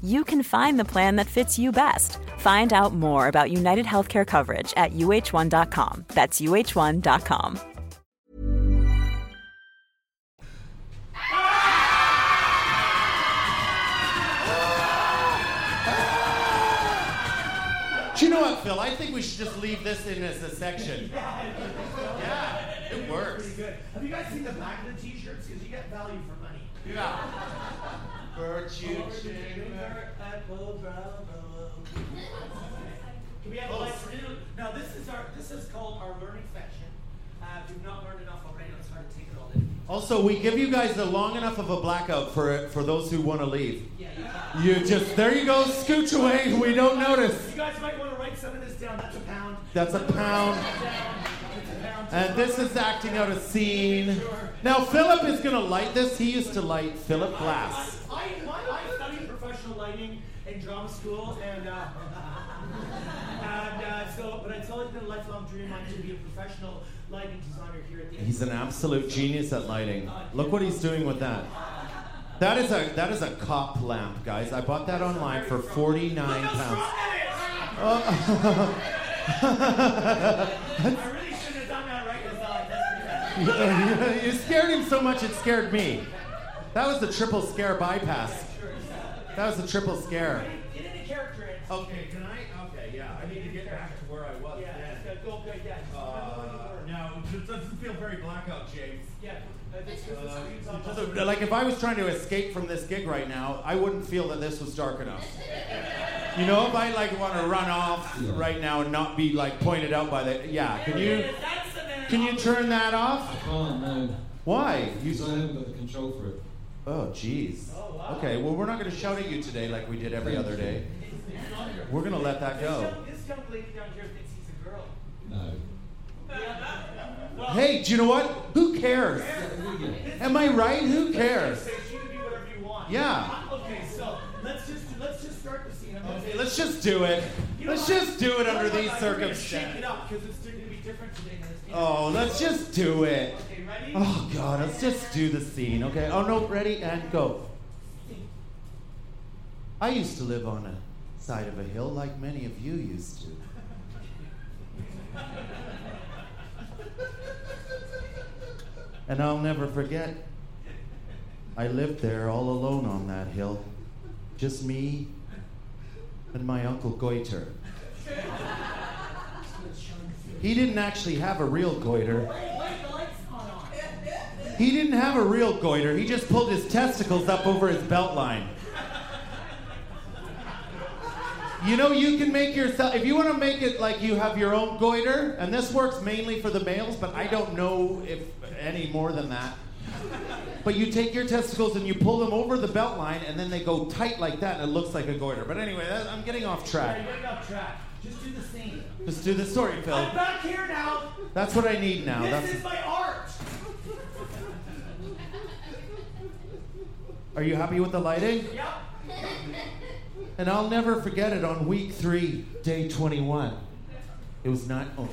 [SPEAKER 11] you can find the plan that fits you best. Find out more about United Healthcare coverage at uh1.com. That's uh1.com.
[SPEAKER 2] Do you know what, Phil? I think we should just leave this in as a section.
[SPEAKER 9] Yeah,
[SPEAKER 2] it works.
[SPEAKER 9] Pretty good. Have you guys seen the back of the t-shirts? Because you get value for money.
[SPEAKER 2] Yeah. Virtue
[SPEAKER 9] chamber, apple bravo. Can we have a light for you? Now this is our this is called our learning section. Uh, we've not learned enough already. Let's try to take it all in.
[SPEAKER 2] Also, we give you guys the long enough of a blackout for for those who want to leave. You just there you go, scooch away. We don't notice.
[SPEAKER 9] You guys might want to write some of this down. That's a pound.
[SPEAKER 2] That's a pound. And this is acting out a scene. Now Philip is gonna light this. He used to light Philip Glass.
[SPEAKER 9] I, I, I studied professional lighting in drama school, and uh, and uh, so, but it's always been a lifelong dream of mine to be a professional lighting designer here at the.
[SPEAKER 2] He's an absolute genius at lighting. Look what he's doing with that. That is a that is a cop lamp, guys. I bought that online for forty nine pounds. Oh.
[SPEAKER 9] I really shouldn't have done that right this time.
[SPEAKER 2] you scared him so much it scared me. That was the triple scare bypass. That was the triple scare.
[SPEAKER 9] Get into character.
[SPEAKER 2] Okay, can I? Okay, yeah. I need to get back to where I was.
[SPEAKER 9] Yeah,
[SPEAKER 2] then. Uh,
[SPEAKER 9] just go, go, yeah. just remember where you were.
[SPEAKER 2] No, it doesn't feel very blackout, James.
[SPEAKER 9] Yeah, uh, this- this- this- it's on-
[SPEAKER 2] So, like if I was trying to escape from this gig right now, I wouldn't feel that this was dark enough. You know, if I like want to run off right now and not be like pointed out by the yeah, can you can you turn that off?
[SPEAKER 3] I can't, no.
[SPEAKER 2] Why?
[SPEAKER 3] Because I haven't got the control for it.
[SPEAKER 2] Oh, jeez. Okay, well, we're not going to shout at you today like we did every other day. We're going to let that
[SPEAKER 9] This
[SPEAKER 2] go.
[SPEAKER 9] young, this young lady down here thinks he's a girl.
[SPEAKER 3] No.
[SPEAKER 2] Hey, do you know what? Who cares? Am I right? Who cares?
[SPEAKER 9] So she can be whatever you want.
[SPEAKER 2] Yeah.
[SPEAKER 9] Uh, Okay, so let's just let's just start the scene. I'm gonna-
[SPEAKER 2] Okay, let's just do it. Let's just do it under these
[SPEAKER 9] I'm gonna Shake it
[SPEAKER 2] circumstances.
[SPEAKER 9] up because it's going to be different today. than it's been.
[SPEAKER 2] Oh, let's just do it.
[SPEAKER 9] Okay, ready?
[SPEAKER 2] Oh, God, let's just do the scene, okay? Oh, no, ready and go. I used to live on a side of a hill like many of you used to. And I'll never forget, I lived there all alone on that hill. Just me and my uncle Goiter. He didn't actually have a real goiter. He didn't have a real goiter. He just pulled his testicles up over his belt line. You know, you can make yourself, if you want to make it like you have your own goiter, and this works mainly for the males, but I don't know if any more than that. But you take your testicles and you pull them over the belt line, and then they go tight like that, and it looks like a goiter. But anyway, that, I'm getting off
[SPEAKER 9] Sorry,
[SPEAKER 2] track.
[SPEAKER 9] you're off track. Just do the scene.
[SPEAKER 2] Let's do the story, Phil.
[SPEAKER 9] I'm back here now.
[SPEAKER 2] That's what I need now.
[SPEAKER 9] this
[SPEAKER 2] That's
[SPEAKER 9] is my art.
[SPEAKER 2] Are you happy with the lighting? And I'll never forget it on week three, day 21. It was not. Oh,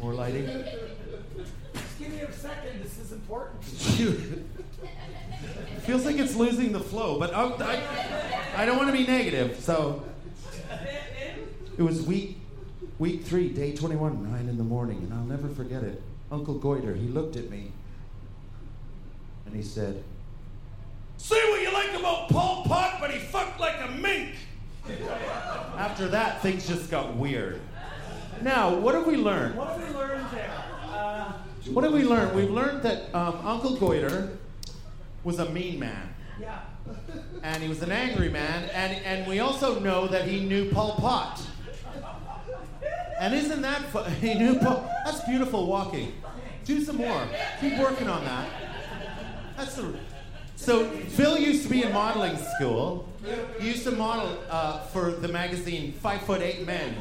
[SPEAKER 2] more lighting.
[SPEAKER 9] Just give me a second. This is important.
[SPEAKER 2] Shoot. Feels like it's losing the flow, but I'm, I, I don't want to be negative. So it was week week three, day 21, 9 in the morning, and I'll never forget it. Uncle Goiter, he looked at me and he said,
[SPEAKER 9] Say what you like about Paul Pot, but he fucked like a mink.
[SPEAKER 2] After that, things just got weird. Now, what have we learned?
[SPEAKER 9] What have we learned there? Uh,
[SPEAKER 2] What have we learned? We've learned that um, Uncle Goiter was a mean man.
[SPEAKER 9] yeah.
[SPEAKER 2] and he was an angry man, and, and we also know that he knew Pol Pot. And isn't that fu- he knew Pol? That's beautiful walking. Do some more. Keep working on that. That's the. So Phil used to be in modeling school. He used to model uh, for the magazine Five Foot Eight Men.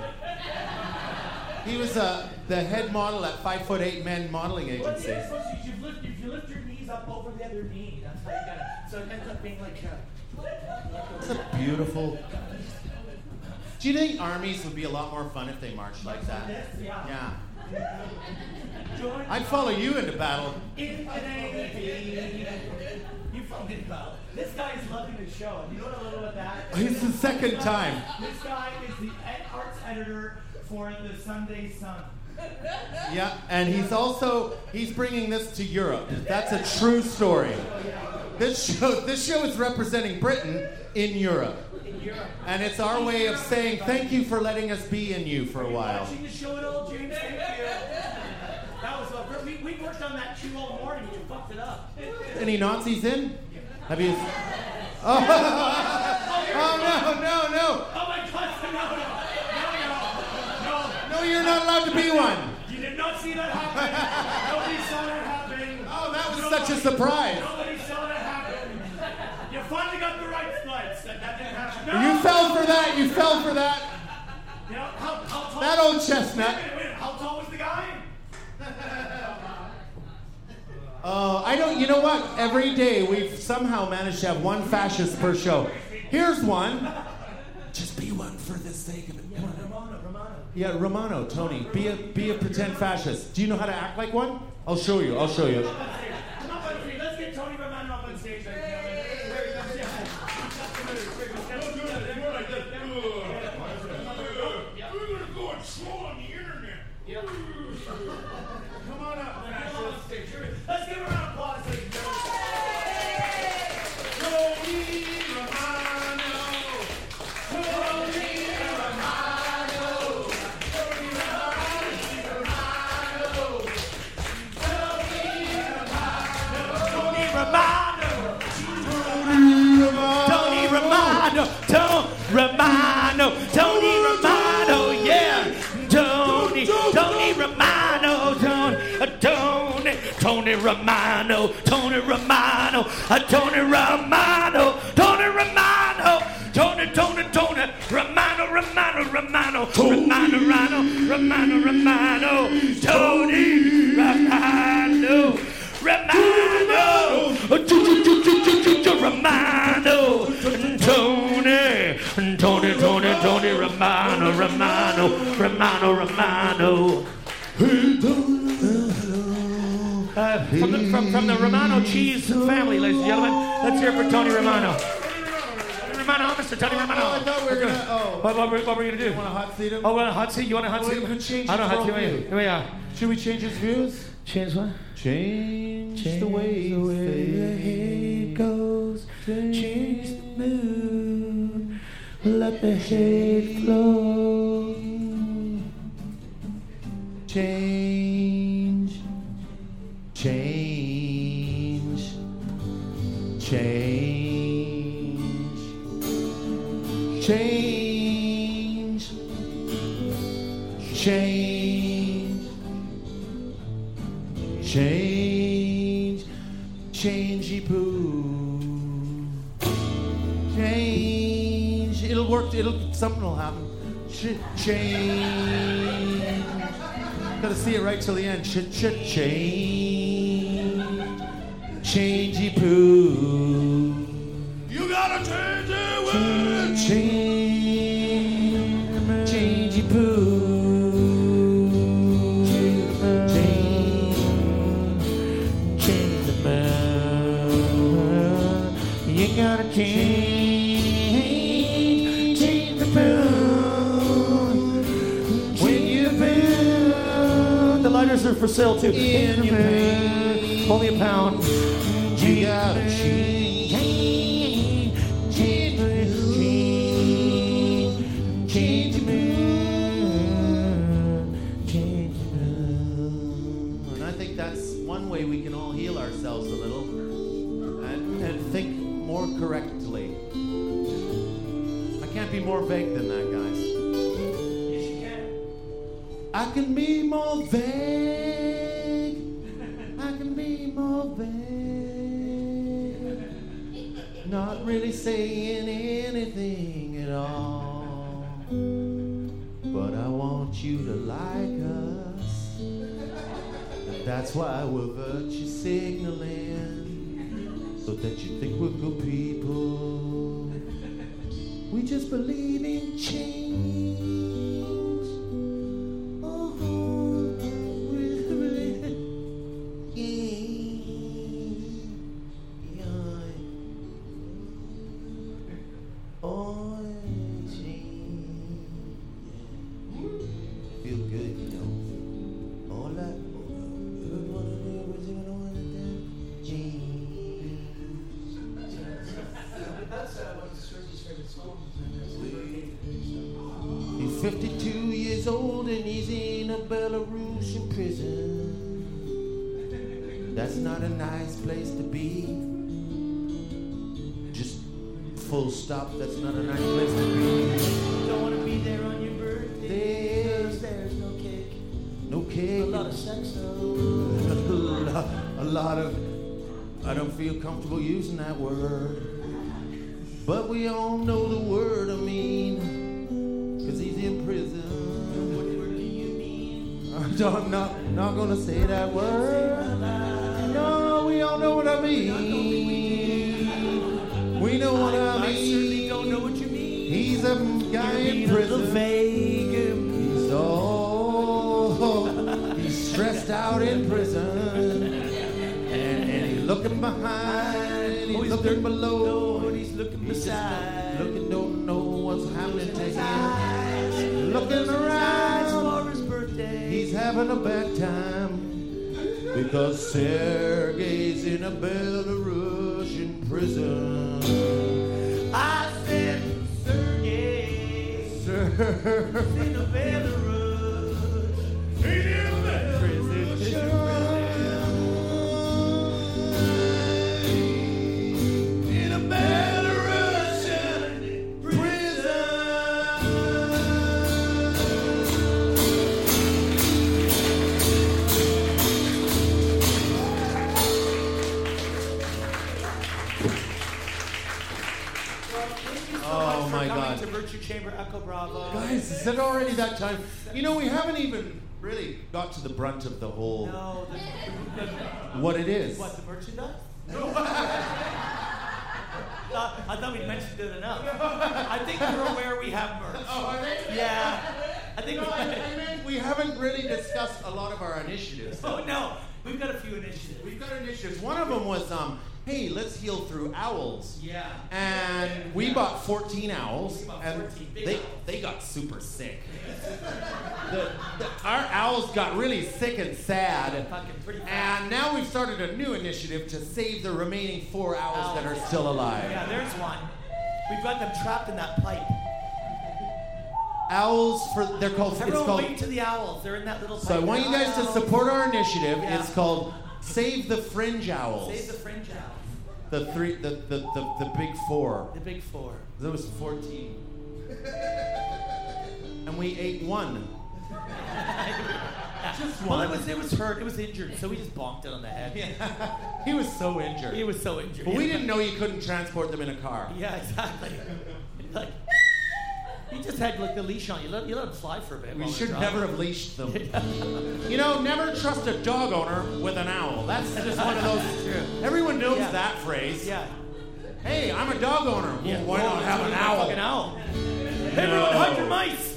[SPEAKER 2] He was uh, the head model at Five Foot Eight Men modeling
[SPEAKER 9] What
[SPEAKER 2] agency.
[SPEAKER 9] the answer is if you lift, if you lift your knees up over the other knee, that's how you got it. So it ends up being like uh, a.
[SPEAKER 2] Beautiful. Do you think armies would be a lot more fun if they marched like that?
[SPEAKER 9] This, yeah.
[SPEAKER 2] Yeah.
[SPEAKER 9] Join
[SPEAKER 2] I'd follow you into battle.
[SPEAKER 9] in the Navy. You fucking well. This guy is loving the show. And you know what I love about that?
[SPEAKER 2] It's the second time.
[SPEAKER 9] This guy is the ed- arts editor for the Sunday Sun.
[SPEAKER 2] Yeah, and he's also he's bringing this to Europe. That's a true story. This show this show is representing Britain in Europe.
[SPEAKER 9] In Europe.
[SPEAKER 2] And it's our way of saying thank you for letting us be in you for a while.
[SPEAKER 9] Watching the show at all, James. Thank you. That was a, we, we worked on that chew all morning and you fucked it up. Oh
[SPEAKER 2] Any Nazis in? Have you Oh, oh no, no, no.
[SPEAKER 9] Oh my God! No, no, no, no, no!
[SPEAKER 2] No, you're not allowed to be one.
[SPEAKER 9] You did not see that happen. Nobody saw that happen.
[SPEAKER 2] Oh, that was such a surprise.
[SPEAKER 9] Nobody saw that happen. You finally got the right slides. That, that didn't happen. No.
[SPEAKER 2] You fell for that, you fell for that.
[SPEAKER 9] You know, how, how tall?
[SPEAKER 2] That old chestnut.
[SPEAKER 9] Wait a minute, wait a minute. How tall was the guy?
[SPEAKER 2] Oh, I don't. You know what? Every day we've somehow managed to have one fascist per show. Here's one. Just be one for the sake of it. Come on.
[SPEAKER 9] Romano, Romano.
[SPEAKER 2] Yeah, Romano, Tony, be a be a pretend fascist. Do you know how to act like one? I'll show you. I'll show you.
[SPEAKER 9] Come up on stage. Let's get Tony Romano up on stage. Right now. There he goes. Yeah. Don't do that. They're more like that. Yeah. We're gonna go and slow on the internet. Come on up, fascist. Let's give him a round of applause, ladies and gentlemen. Tony Romano.
[SPEAKER 6] Tony Romano. Tony Romano. Tony Romano. Tony Romano. Yeah. Tony. Tony
[SPEAKER 2] oh,
[SPEAKER 6] Romano. Tony. uh, Tony. Tony Romano. Tony Romano. uh, Tony Romano. Tony Romano. Tony. Tony. Tony. Romano. Romano. Romano. Romano. Romano. Romano. Romano. Tony Romano. Romano, Romano, Tony, Tony, Tony, Tony, Romano, Romano, Romano, Romano. Uh, from, the, from, from the Romano cheese family, ladies and gentlemen, let's hear it for Tony Romano. Tony Romano, Mr. Tony Romano.
[SPEAKER 2] Oh, I thought we were gonna- oh.
[SPEAKER 6] What, what, were- what were we gonna do?
[SPEAKER 2] Want a hot seat? him?
[SPEAKER 6] Oh, want a hot seat? You want a hot
[SPEAKER 2] Well,
[SPEAKER 6] seat?
[SPEAKER 2] you could change
[SPEAKER 6] I don't
[SPEAKER 2] his
[SPEAKER 6] know how to
[SPEAKER 2] worldview.
[SPEAKER 6] Here we are.
[SPEAKER 2] Should we change his views?
[SPEAKER 6] Change what?
[SPEAKER 2] Change, the way the head goes. Change the mood. Let the head flow. Change. Change. Change. Change. Change. Change, changey poo. Change. It'll work. It'll something will happen. Ch- change. Gotta see it right till the end. Ch- ch- change, changey poo.
[SPEAKER 5] You gotta change, change the mood. When you build,
[SPEAKER 2] The lighters are for sale too.
[SPEAKER 5] In your
[SPEAKER 2] pain, only a pound. You got
[SPEAKER 5] change, change the mood. Change the mood. Change the
[SPEAKER 2] And I think that's one way we can all heal ourselves a little and, and think more correctly. I can't be more vague than that, guys. Yes, you can. I can be more vague. I can be more vague. Not really saying anything at all. But I want you to like us. And that's why we're virtue signaling. So that you think we're good people. We just believe in change. Oh, we believe in- Oh, change. Feel good, you know. All I
[SPEAKER 6] That's uh, one of Sergio's favorite songs.
[SPEAKER 2] He's 52 years old and he's in a Belarusian prison. That's not a nice place to be. Just full stop, that's not a nice place to be. Don't want to be there on your birthday. There's, no cake. No cake. A lot of sex, though. a lot of. I don't feel comfortable using that word. But we all know the word I mean. Cause he's in prison. What word do you mean? I'm not, not, not gonna say that word. No, we all know what I mean. We know what I, mean. I certainly don't know what you mean. He's a guy in prison. Vague. He's all. He's stressed out in prison. And, and he's looking behind. He's, looking below. and he's looking beside. looking, don't know what's happening to him. Looking around. He's having a bad time because Sergey's in a Belarusian prison. I said, Sergey, Sergey's in a Belarus. He's in a prison. In a Belarusian prison.
[SPEAKER 6] Oh
[SPEAKER 2] my
[SPEAKER 6] coming
[SPEAKER 2] God.
[SPEAKER 6] To Virtue Chamber Echo Bravo.
[SPEAKER 2] Guys, is it already that time? You know, we haven't even really got to the brunt of the whole
[SPEAKER 9] Oh,
[SPEAKER 6] No, the, the, the-
[SPEAKER 2] What it is.
[SPEAKER 6] What, the merchandise? Uh, I thought we mentioned it enough. I think you're aware we have merch.
[SPEAKER 2] Oh, are they?
[SPEAKER 6] Yeah. I think
[SPEAKER 2] No,
[SPEAKER 6] we,
[SPEAKER 2] I- I meant we haven't really discussed a lot of our initiatives.
[SPEAKER 6] Oh, no. We've got a few initiatives.
[SPEAKER 2] We've got initiatives. One of them was, um, hey, let's heal through owls.
[SPEAKER 6] Yeah.
[SPEAKER 2] And we bought 14 owls,
[SPEAKER 6] We bought
[SPEAKER 2] and
[SPEAKER 6] 14 big
[SPEAKER 2] they
[SPEAKER 6] owls.
[SPEAKER 2] they got super sick. The- the- our owls got really sick and sad, and now we've started a new initiative to save the remaining four owls that are still alive.
[SPEAKER 6] Yeah, there's one. We've got them trapped in that pipe.
[SPEAKER 2] Owls for they're called. It's
[SPEAKER 6] Everyone
[SPEAKER 2] called
[SPEAKER 6] wave to the owls. They're in that little pipe.
[SPEAKER 2] So I want you guys to
[SPEAKER 6] Owls.
[SPEAKER 2] support our initiative.
[SPEAKER 6] Yeah.
[SPEAKER 2] It's called Save the Fringe Owls.
[SPEAKER 6] Save the fringe owls.
[SPEAKER 2] the three, the the, the, the big four.
[SPEAKER 6] The big four.
[SPEAKER 2] There was fourteen, and we ate one. Just
[SPEAKER 6] Well,
[SPEAKER 2] one.
[SPEAKER 6] it was, it was hurt. It was injured. So we just bonked it on the head.
[SPEAKER 2] He was so injured.
[SPEAKER 6] He was so injured.
[SPEAKER 2] But we didn't know you couldn't transport them in a car.
[SPEAKER 6] Yeah, exactly. Like, you just had like the leash on. You let you let him fly for a bit.
[SPEAKER 2] We
[SPEAKER 6] while
[SPEAKER 2] should
[SPEAKER 6] they're
[SPEAKER 2] never
[SPEAKER 6] driving.
[SPEAKER 2] have leashed them. you know, never trust a dog owner with an owl. That's just one of those. Everyone knows
[SPEAKER 6] Yeah.
[SPEAKER 2] that phrase.
[SPEAKER 6] Yeah.
[SPEAKER 2] Hey, I'm a dog owner. Yeah. Why
[SPEAKER 6] Well,
[SPEAKER 2] not have an
[SPEAKER 6] that's
[SPEAKER 2] owl?
[SPEAKER 6] what Hey, everyone, hide your mice.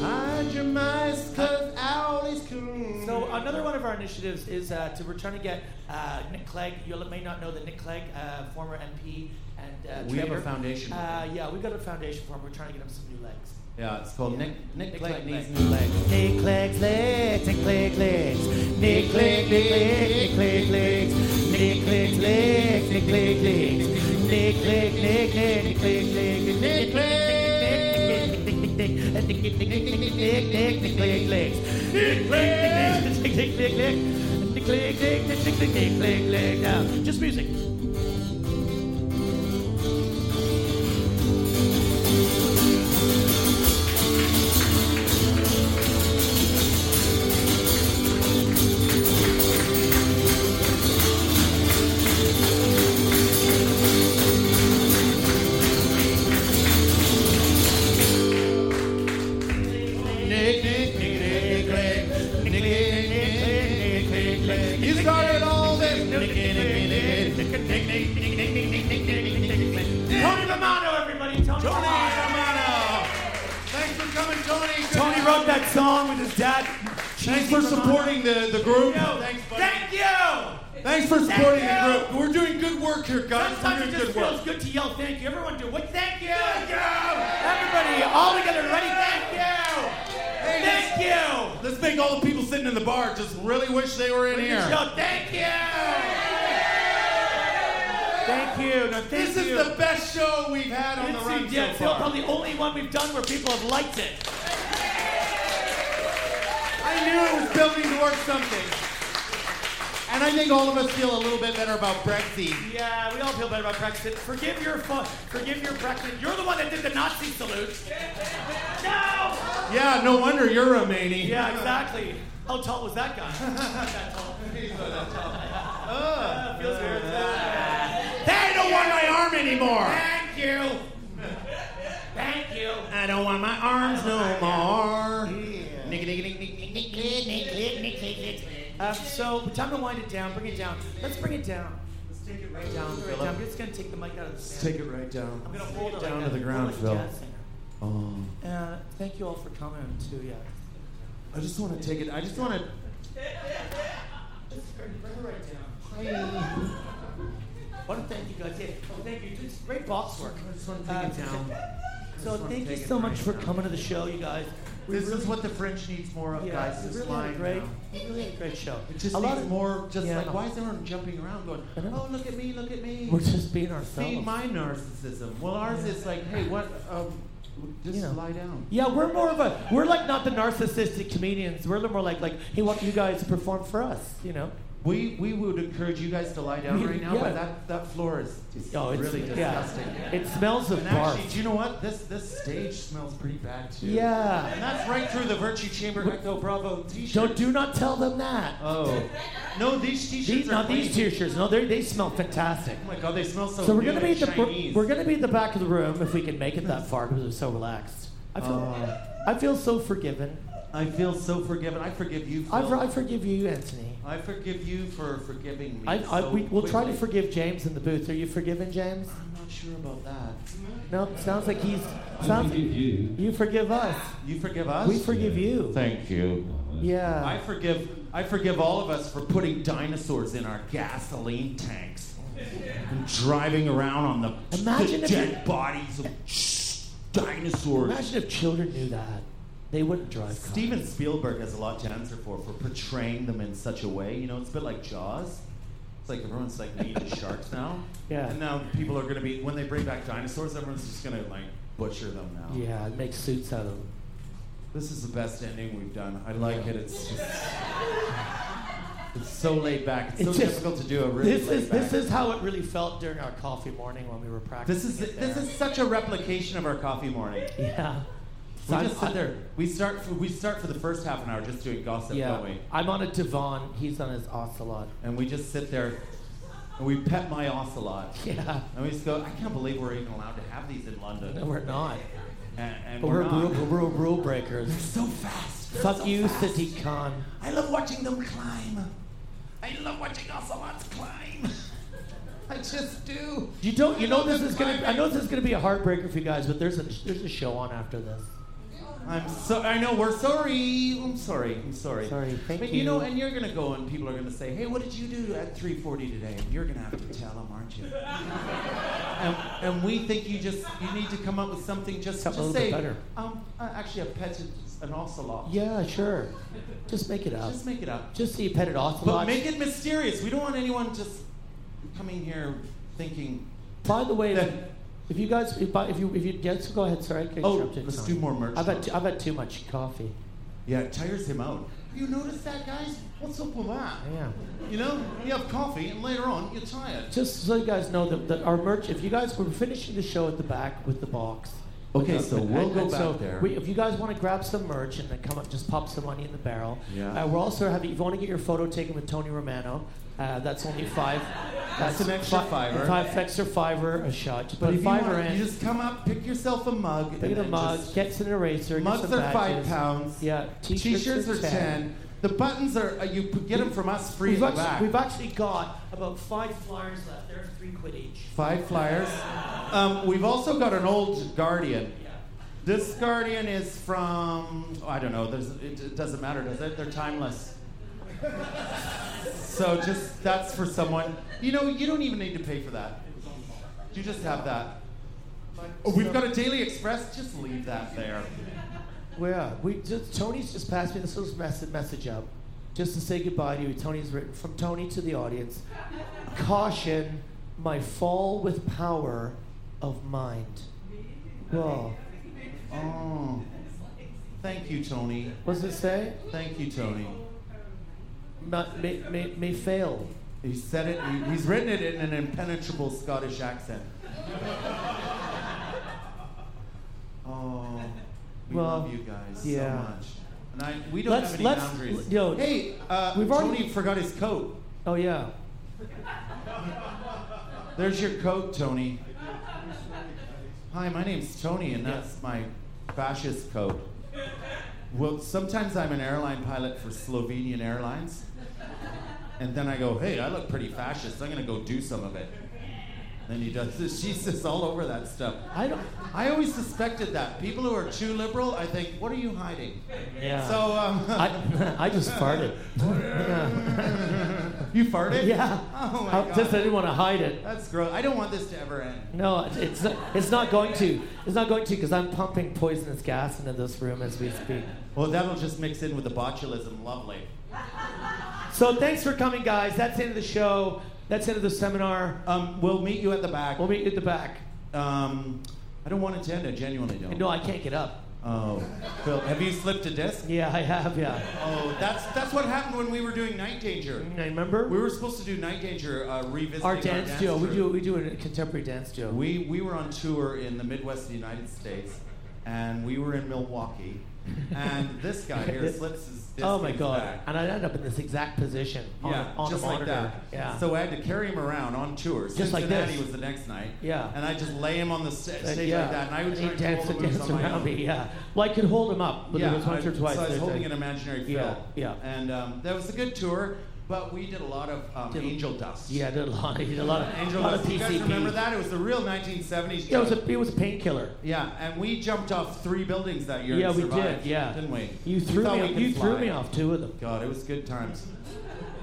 [SPEAKER 2] Hide your mice, cause owl is cool.
[SPEAKER 6] So another one of our initiatives is uh, to we're trying to get uh, Nick Clegg. You may not know that Nick Clegg, uh, former MP and uh,
[SPEAKER 2] We have a
[SPEAKER 6] Trevor.
[SPEAKER 2] foundation.
[SPEAKER 6] Uh, yeah, we've got a foundation for him. We're trying to get him some new legs.
[SPEAKER 2] Yeah, it's called Nick. Nick, Clegg needs
[SPEAKER 6] Clegg.
[SPEAKER 2] new legs.
[SPEAKER 6] Nick Clegg's legs, Nick Clegg's legs, Nick Clegg, Nick Clegg, Nick Clegg's legs, Nick Clegg's legs, Nick Clegg's legs, Nick Clegg, Nick Clegg, Nick Clegg's legs, Nick Clegg, Nick Clegg, Nick Clegg, Nick Clegg's legs, Nick Clegg, Nick Clegg, Nick Clegg, Nick Clegg, Nick Clegg, Nick Clegg, Nick Clegg, legs. Now, just music.
[SPEAKER 2] Nick, Nick, Nick, Nick, Clegg. Nick, Nick, Nick, Nick, Nick, Clegg. You started all this. Nick, Nick, Nick, Nick, Nick, Nick, Nick, Nick, Nick, Nick, Nick, Nick, Nick, Nick, Nick, Nick, Nick.
[SPEAKER 6] Tony Romano, everybody. Tony Romano.
[SPEAKER 2] Thanks for coming, Tony. Good
[SPEAKER 6] Tony
[SPEAKER 2] night.
[SPEAKER 6] wrote that song with his dad.
[SPEAKER 2] Thanks for supporting the, the group. Thanks, buddy.
[SPEAKER 6] Thank you.
[SPEAKER 2] Thanks for supporting
[SPEAKER 6] Thank
[SPEAKER 2] the
[SPEAKER 6] you.
[SPEAKER 2] group. We're doing good work here, guys.
[SPEAKER 6] Sometimes
[SPEAKER 2] We're
[SPEAKER 6] it
[SPEAKER 2] doing
[SPEAKER 6] just
[SPEAKER 2] good work.
[SPEAKER 6] feels good to yell thank you. Everyone do what? Thank you. Thank you. Everybody, all together, ready? Thank you.
[SPEAKER 2] Hey,
[SPEAKER 6] Thank you.
[SPEAKER 2] let's, Let's make all the people sitting in the bar just really wish they were in
[SPEAKER 6] We
[SPEAKER 2] here.
[SPEAKER 6] just yelled, thank you. Thank you. No, thank
[SPEAKER 2] This is
[SPEAKER 6] you.
[SPEAKER 2] the best show we've had on
[SPEAKER 6] It's-
[SPEAKER 2] the run
[SPEAKER 6] yeah,
[SPEAKER 2] so
[SPEAKER 6] it's
[SPEAKER 2] far.
[SPEAKER 6] probably the only one we've done where people have liked it.
[SPEAKER 2] I knew it was building towards something. And I think all of us feel a little bit better about Brexit.
[SPEAKER 6] Yeah, we all feel better about Brexit. Forgive your fu- forgive your Brexit. You're the one that did the Nazi salute. No.
[SPEAKER 2] Yeah, no wonder you're Romanian.
[SPEAKER 6] Yeah, exactly. How tall was that guy? that tall. He's not that tall. Ah, feels weird.
[SPEAKER 2] They don't want my arm anymore.
[SPEAKER 6] Thank you. Thank you.
[SPEAKER 2] I don't want my arms no more. Nick, nick, nick, nick.
[SPEAKER 6] Um, so time to wind it down. Bring it down. Let's bring it down. Let's take it right down. Right
[SPEAKER 2] Philip.
[SPEAKER 6] down. I'm just gonna take the mic out of the stand.
[SPEAKER 2] Take it right down.
[SPEAKER 6] I'm gonna hold it
[SPEAKER 2] down
[SPEAKER 6] like
[SPEAKER 2] to
[SPEAKER 6] that.
[SPEAKER 2] the ground,
[SPEAKER 6] Hold it like
[SPEAKER 2] Phil.
[SPEAKER 6] a jazz singer.
[SPEAKER 2] Oh,
[SPEAKER 6] Uh, thank you all for coming too. Yeah.
[SPEAKER 2] I just want to take it. I just want to.
[SPEAKER 6] Just bring bring it right down. want to thank you guys. Yeah. Oh, thank you. It's great box work. Uh, So thank you so much for coming to the show, you guys.
[SPEAKER 2] This is what the French needs more of,
[SPEAKER 6] Yeah,
[SPEAKER 2] guys.
[SPEAKER 6] we
[SPEAKER 2] This
[SPEAKER 6] really had a
[SPEAKER 2] line
[SPEAKER 6] great-
[SPEAKER 2] now.
[SPEAKER 6] we really had a great show.
[SPEAKER 2] It just
[SPEAKER 6] A lot
[SPEAKER 2] needs
[SPEAKER 6] of-
[SPEAKER 2] more. Just
[SPEAKER 6] Yeah.
[SPEAKER 2] like why is everyone jumping around going? Oh, look at me! Look at me!
[SPEAKER 6] We're just being
[SPEAKER 2] Feed
[SPEAKER 6] ourselves.
[SPEAKER 2] my narcissism. Well, ours
[SPEAKER 6] Yeah.
[SPEAKER 2] is like, hey, what? Um, just lie down.
[SPEAKER 6] Yeah, we're more of a we're like not the narcissistic comedians. We're more like like hey, why don't you guys perform for us? You know.
[SPEAKER 2] We we would encourage you guys to lie down
[SPEAKER 6] We-
[SPEAKER 2] right now,
[SPEAKER 6] yeah.
[SPEAKER 2] but that, that floor is just
[SPEAKER 6] Oh, it's-
[SPEAKER 2] really
[SPEAKER 6] yeah.
[SPEAKER 2] disgusting.
[SPEAKER 6] It smells of
[SPEAKER 2] and
[SPEAKER 6] barf.
[SPEAKER 2] Actually, do you know what? This this stage smells pretty bad too.
[SPEAKER 6] Yeah.
[SPEAKER 2] And that's right through the Virtue Chamber Echo Bravo T-shirt.
[SPEAKER 6] Don't do not tell them that.
[SPEAKER 2] Oh. No, these T-shirts
[SPEAKER 6] These,
[SPEAKER 2] are
[SPEAKER 6] not these
[SPEAKER 2] clean.
[SPEAKER 6] t-shirts. No, they they smell fantastic.
[SPEAKER 2] Oh my god, they smell so.
[SPEAKER 6] So we're gonna
[SPEAKER 2] good
[SPEAKER 6] be at the
[SPEAKER 2] and Chinese.
[SPEAKER 6] we're gonna be in the back of the room if we can make it that far because we're so relaxed. I feel
[SPEAKER 2] Uh,
[SPEAKER 6] I feel so forgiven.
[SPEAKER 2] I feel so forgiven. I forgive you. Phil.
[SPEAKER 6] I, for- I forgive you, Anthony.
[SPEAKER 2] I forgive you for forgiving me.
[SPEAKER 6] I, I,
[SPEAKER 2] so
[SPEAKER 6] we, we'll try to
[SPEAKER 2] quickly.
[SPEAKER 6] forgive James in the booth. Are you forgiven, James?
[SPEAKER 2] I'm not sure about that.
[SPEAKER 6] No, sounds like he's. Sounds
[SPEAKER 2] forgive
[SPEAKER 6] you. forgive us.
[SPEAKER 2] You forgive us.
[SPEAKER 6] We forgive you.
[SPEAKER 2] Thank you.
[SPEAKER 6] Yeah.
[SPEAKER 2] I forgive. I forgive all of us for putting dinosaurs in our gasoline tanks and driving around on the,
[SPEAKER 6] Imagine
[SPEAKER 2] the
[SPEAKER 6] if you-
[SPEAKER 2] dead bodies of dinosaurs.
[SPEAKER 6] Imagine if children knew that. They wouldn't drive cars.
[SPEAKER 2] Steven Spielberg has a lot to answer for for portraying them in such a way. You know, it's a bit like Jaws. It's like everyone's like mean to sharks now.
[SPEAKER 6] Yeah.
[SPEAKER 2] And now people are going to be when they bring back dinosaurs, everyone's just going to like butcher them now.
[SPEAKER 6] Yeah, I'd make suits out of them.
[SPEAKER 2] This is the best ending we've done. I like it. It's just it's so laid back. It's,
[SPEAKER 6] It's
[SPEAKER 2] so
[SPEAKER 6] just-
[SPEAKER 2] difficult to do a really
[SPEAKER 6] this is
[SPEAKER 2] laid back.
[SPEAKER 6] this is how it really felt during our coffee morning when we were
[SPEAKER 2] this
[SPEAKER 6] practicing.
[SPEAKER 2] is
[SPEAKER 6] it
[SPEAKER 2] this
[SPEAKER 6] there.
[SPEAKER 2] is such a replication of our coffee morning.
[SPEAKER 6] yeah.
[SPEAKER 2] We
[SPEAKER 6] I'm-
[SPEAKER 2] just sit
[SPEAKER 6] I'm-
[SPEAKER 2] there. We start. For, we start for the first half an hour just doing gossip,
[SPEAKER 6] Yeah,
[SPEAKER 2] don't we?
[SPEAKER 6] I'm on a divan. He's on his ocelot.
[SPEAKER 2] And we just sit there, and we pet my ocelot.
[SPEAKER 6] Yeah.
[SPEAKER 2] And we just go. I can't believe we're even allowed to have these in London.
[SPEAKER 6] No, we're not.
[SPEAKER 2] And, and
[SPEAKER 6] But
[SPEAKER 2] we're,
[SPEAKER 6] we're
[SPEAKER 2] not.
[SPEAKER 6] rule, rule, rule breakers.
[SPEAKER 2] so fast. They're
[SPEAKER 6] Fuck
[SPEAKER 2] so
[SPEAKER 6] you,
[SPEAKER 2] fast.
[SPEAKER 6] City Khan.
[SPEAKER 2] I love watching them climb. I love watching ocelots climb. I just do.
[SPEAKER 6] You don't. You know this is gonna. I know this is gonna be a heartbreaker for you guys, but there's a there's a show on after this.
[SPEAKER 2] I'm so. I know we're sorry. I'm sorry. I'm sorry. Sorry.
[SPEAKER 6] thank
[SPEAKER 2] but you.
[SPEAKER 6] you.
[SPEAKER 2] know, and you're gonna go, and people are gonna say, "Hey, what did you do at 3:40 today?" And you're gonna have to tell them, aren't you? and, and we think you just you need to come up with something just
[SPEAKER 6] Something a
[SPEAKER 2] just
[SPEAKER 6] little
[SPEAKER 2] say,
[SPEAKER 6] bit better.
[SPEAKER 2] Um, I actually, a pet is an ocelot.
[SPEAKER 6] Yeah, sure. Just make it up.
[SPEAKER 2] Just make it up.
[SPEAKER 6] Just so you pet it off.
[SPEAKER 2] But make it mysterious. We don't want anyone just coming here thinking.
[SPEAKER 6] By the way, if you guys, if, I- if you, if you, yes, go ahead. Sorry, I
[SPEAKER 2] Oh,
[SPEAKER 6] interrupted.
[SPEAKER 2] let's do more merch
[SPEAKER 6] I've had, t- I've had too much coffee.
[SPEAKER 2] Yeah, it tires him out. You notice that, guys? What's up with that?
[SPEAKER 6] Yeah.
[SPEAKER 2] You know, you have coffee, and later on, you're tired.
[SPEAKER 6] Just so you guys know that, that our merch. If you guys, we're finishing the show at the back with the box.
[SPEAKER 2] Okay,
[SPEAKER 6] With the-
[SPEAKER 2] so we'll
[SPEAKER 6] and-
[SPEAKER 2] go
[SPEAKER 6] and so
[SPEAKER 2] back there.
[SPEAKER 6] We, if you guys want to grab some merch and then come up, just pop some money in the barrel.
[SPEAKER 2] Yeah.
[SPEAKER 6] Uh, we're also having. If you want to get your photo taken with Tony Romano, uh, that's only five.
[SPEAKER 2] That's an extra
[SPEAKER 6] fi-
[SPEAKER 2] fiver.
[SPEAKER 6] Five extra fiver a shot. Just
[SPEAKER 2] But
[SPEAKER 6] put
[SPEAKER 2] if
[SPEAKER 6] a
[SPEAKER 2] you,
[SPEAKER 6] fiver
[SPEAKER 2] want,
[SPEAKER 6] in.
[SPEAKER 2] you just come up, pick yourself a mug.
[SPEAKER 6] Pick
[SPEAKER 2] and
[SPEAKER 6] a
[SPEAKER 2] then
[SPEAKER 6] mug,
[SPEAKER 2] just-
[SPEAKER 6] get an eraser. get
[SPEAKER 2] Mugs
[SPEAKER 6] some
[SPEAKER 2] are five
[SPEAKER 6] badges.
[SPEAKER 2] pounds.
[SPEAKER 6] Yeah, t-shirts,
[SPEAKER 2] are ten. The buttons are uh, you p- get them from us free. in
[SPEAKER 6] We've
[SPEAKER 2] the
[SPEAKER 6] actually,
[SPEAKER 2] back.
[SPEAKER 6] we've actually got about five flyers left. They're three quid each.
[SPEAKER 2] five flyers. Um, we've also got an old Guardian. This Guardian is from oh, I don't know. There's, it, it doesn't matter, does it? They're timeless. So just that's for someone. You know, you don't even need to pay for that. You just have that. Oh, we've got a Daily Express. Just leave that there.
[SPEAKER 6] Well, yeah, we just Tony's just passed me this little message, message up, just to say goodbye to you. Tony's written from Tony to the audience. Caution, my fall with power of mind. Well,
[SPEAKER 2] oh, thank you, Tony.
[SPEAKER 6] What does it say?
[SPEAKER 2] Thank you, Tony.
[SPEAKER 6] Not, may, may, may fail.
[SPEAKER 2] He said it. he- he's written it in an impenetrable Scottish accent. Oh, we
[SPEAKER 6] Well,
[SPEAKER 2] love you guys
[SPEAKER 6] yeah.
[SPEAKER 2] so much. And I, we don't
[SPEAKER 6] Let's-
[SPEAKER 2] have any
[SPEAKER 6] let's-
[SPEAKER 2] boundaries.
[SPEAKER 6] yo,
[SPEAKER 2] hey, uh,
[SPEAKER 6] we've
[SPEAKER 2] Tony
[SPEAKER 6] already-
[SPEAKER 2] forgot his coat.
[SPEAKER 6] Oh yeah.
[SPEAKER 2] There's your coat, Tony. Hi, my name's Tony, and that's my fascist coat. Well, sometimes I'm an airline pilot for Slovenian Airlines, and then I go, hey, I look pretty fascist. I'm gonna go do some of it. Then he does this. She's just all over that stuff.
[SPEAKER 6] I don't.
[SPEAKER 2] I always suspected that people who are too liberal. I think, what are you hiding?
[SPEAKER 6] Yeah.
[SPEAKER 2] So um,
[SPEAKER 6] Uh, I, I just farted.
[SPEAKER 2] you farted?
[SPEAKER 6] Yeah.
[SPEAKER 2] Oh my
[SPEAKER 6] I,
[SPEAKER 2] god.
[SPEAKER 6] Just I didn't want to hide it.
[SPEAKER 2] That's gross. I don't want this to ever end.
[SPEAKER 6] No, it's- it's not, it's not going to. It's not going to because I'm pumping poisonous gas into this room as we speak.
[SPEAKER 2] Well, that'll just mix in with the botulism. Lovely.
[SPEAKER 6] So thanks for coming, guys. That's the end of the show. That's the end of the seminar.
[SPEAKER 2] Um, we'll meet you at the back.
[SPEAKER 6] We'll meet you at the back.
[SPEAKER 2] Um, I don't want it to end. I genuinely don't.
[SPEAKER 6] No, I can't get up.
[SPEAKER 2] Oh, Phil, have you slipped a disc?
[SPEAKER 6] Yeah, I have. Yeah.
[SPEAKER 2] Oh, that's that's what happened when we were doing Night Danger.
[SPEAKER 6] I remember.
[SPEAKER 2] We were supposed to do Night Danger, uh, revisiting
[SPEAKER 6] Mm-hmm. Our dance, duo. We
[SPEAKER 2] troupe.
[SPEAKER 6] do we do a contemporary dance duo.
[SPEAKER 2] We, we were on tour in the Midwest of the United States, and we were in Milwaukee, and this guy here slips his disc
[SPEAKER 6] Oh my
[SPEAKER 2] in his
[SPEAKER 6] god!
[SPEAKER 2] bag.
[SPEAKER 6] And I ended up in this exact position. On,
[SPEAKER 2] yeah,
[SPEAKER 6] on
[SPEAKER 2] just
[SPEAKER 6] a
[SPEAKER 2] like
[SPEAKER 6] monitor.
[SPEAKER 2] that.
[SPEAKER 6] Yeah.
[SPEAKER 2] So I had to carry him around on tour.
[SPEAKER 6] Just like
[SPEAKER 2] Cincinnati
[SPEAKER 6] this.
[SPEAKER 2] was the next night.
[SPEAKER 6] Yeah.
[SPEAKER 2] And I just lay him on the sta-
[SPEAKER 6] Uh,
[SPEAKER 2] stage like that, and I would
[SPEAKER 6] He
[SPEAKER 2] try to
[SPEAKER 6] danced
[SPEAKER 2] pull the
[SPEAKER 6] and
[SPEAKER 2] moves
[SPEAKER 6] danced
[SPEAKER 2] on my
[SPEAKER 6] around
[SPEAKER 2] own.
[SPEAKER 6] me. Yeah. Well, I could hold him up, but
[SPEAKER 2] yeah,
[SPEAKER 6] there was once
[SPEAKER 2] I-
[SPEAKER 6] or twice.
[SPEAKER 2] So I was
[SPEAKER 6] there's
[SPEAKER 2] holding
[SPEAKER 6] a-
[SPEAKER 2] an imaginary fill.
[SPEAKER 6] Yeah, yeah.
[SPEAKER 2] And um, that was a good tour, but we did a lot of um, angel dust.
[SPEAKER 6] Yeah, I did a lot. He did a lot of
[SPEAKER 2] Angel
[SPEAKER 6] a lot of
[SPEAKER 2] dust. You guys
[SPEAKER 6] PCP.
[SPEAKER 2] remember that? It was the real 1970s.
[SPEAKER 6] Yeah, it was
[SPEAKER 2] joke.
[SPEAKER 6] a it was a painkiller.
[SPEAKER 2] Yeah, and we jumped off three buildings that year.
[SPEAKER 6] Yeah,
[SPEAKER 2] and
[SPEAKER 6] we
[SPEAKER 2] survived,
[SPEAKER 6] did. Yeah,
[SPEAKER 2] didn't we?
[SPEAKER 6] You
[SPEAKER 2] We
[SPEAKER 6] threw
[SPEAKER 2] thought
[SPEAKER 6] me.
[SPEAKER 2] we
[SPEAKER 6] off-
[SPEAKER 2] could
[SPEAKER 6] you threw
[SPEAKER 2] fly.
[SPEAKER 6] me off two of them.
[SPEAKER 2] God, it was good times.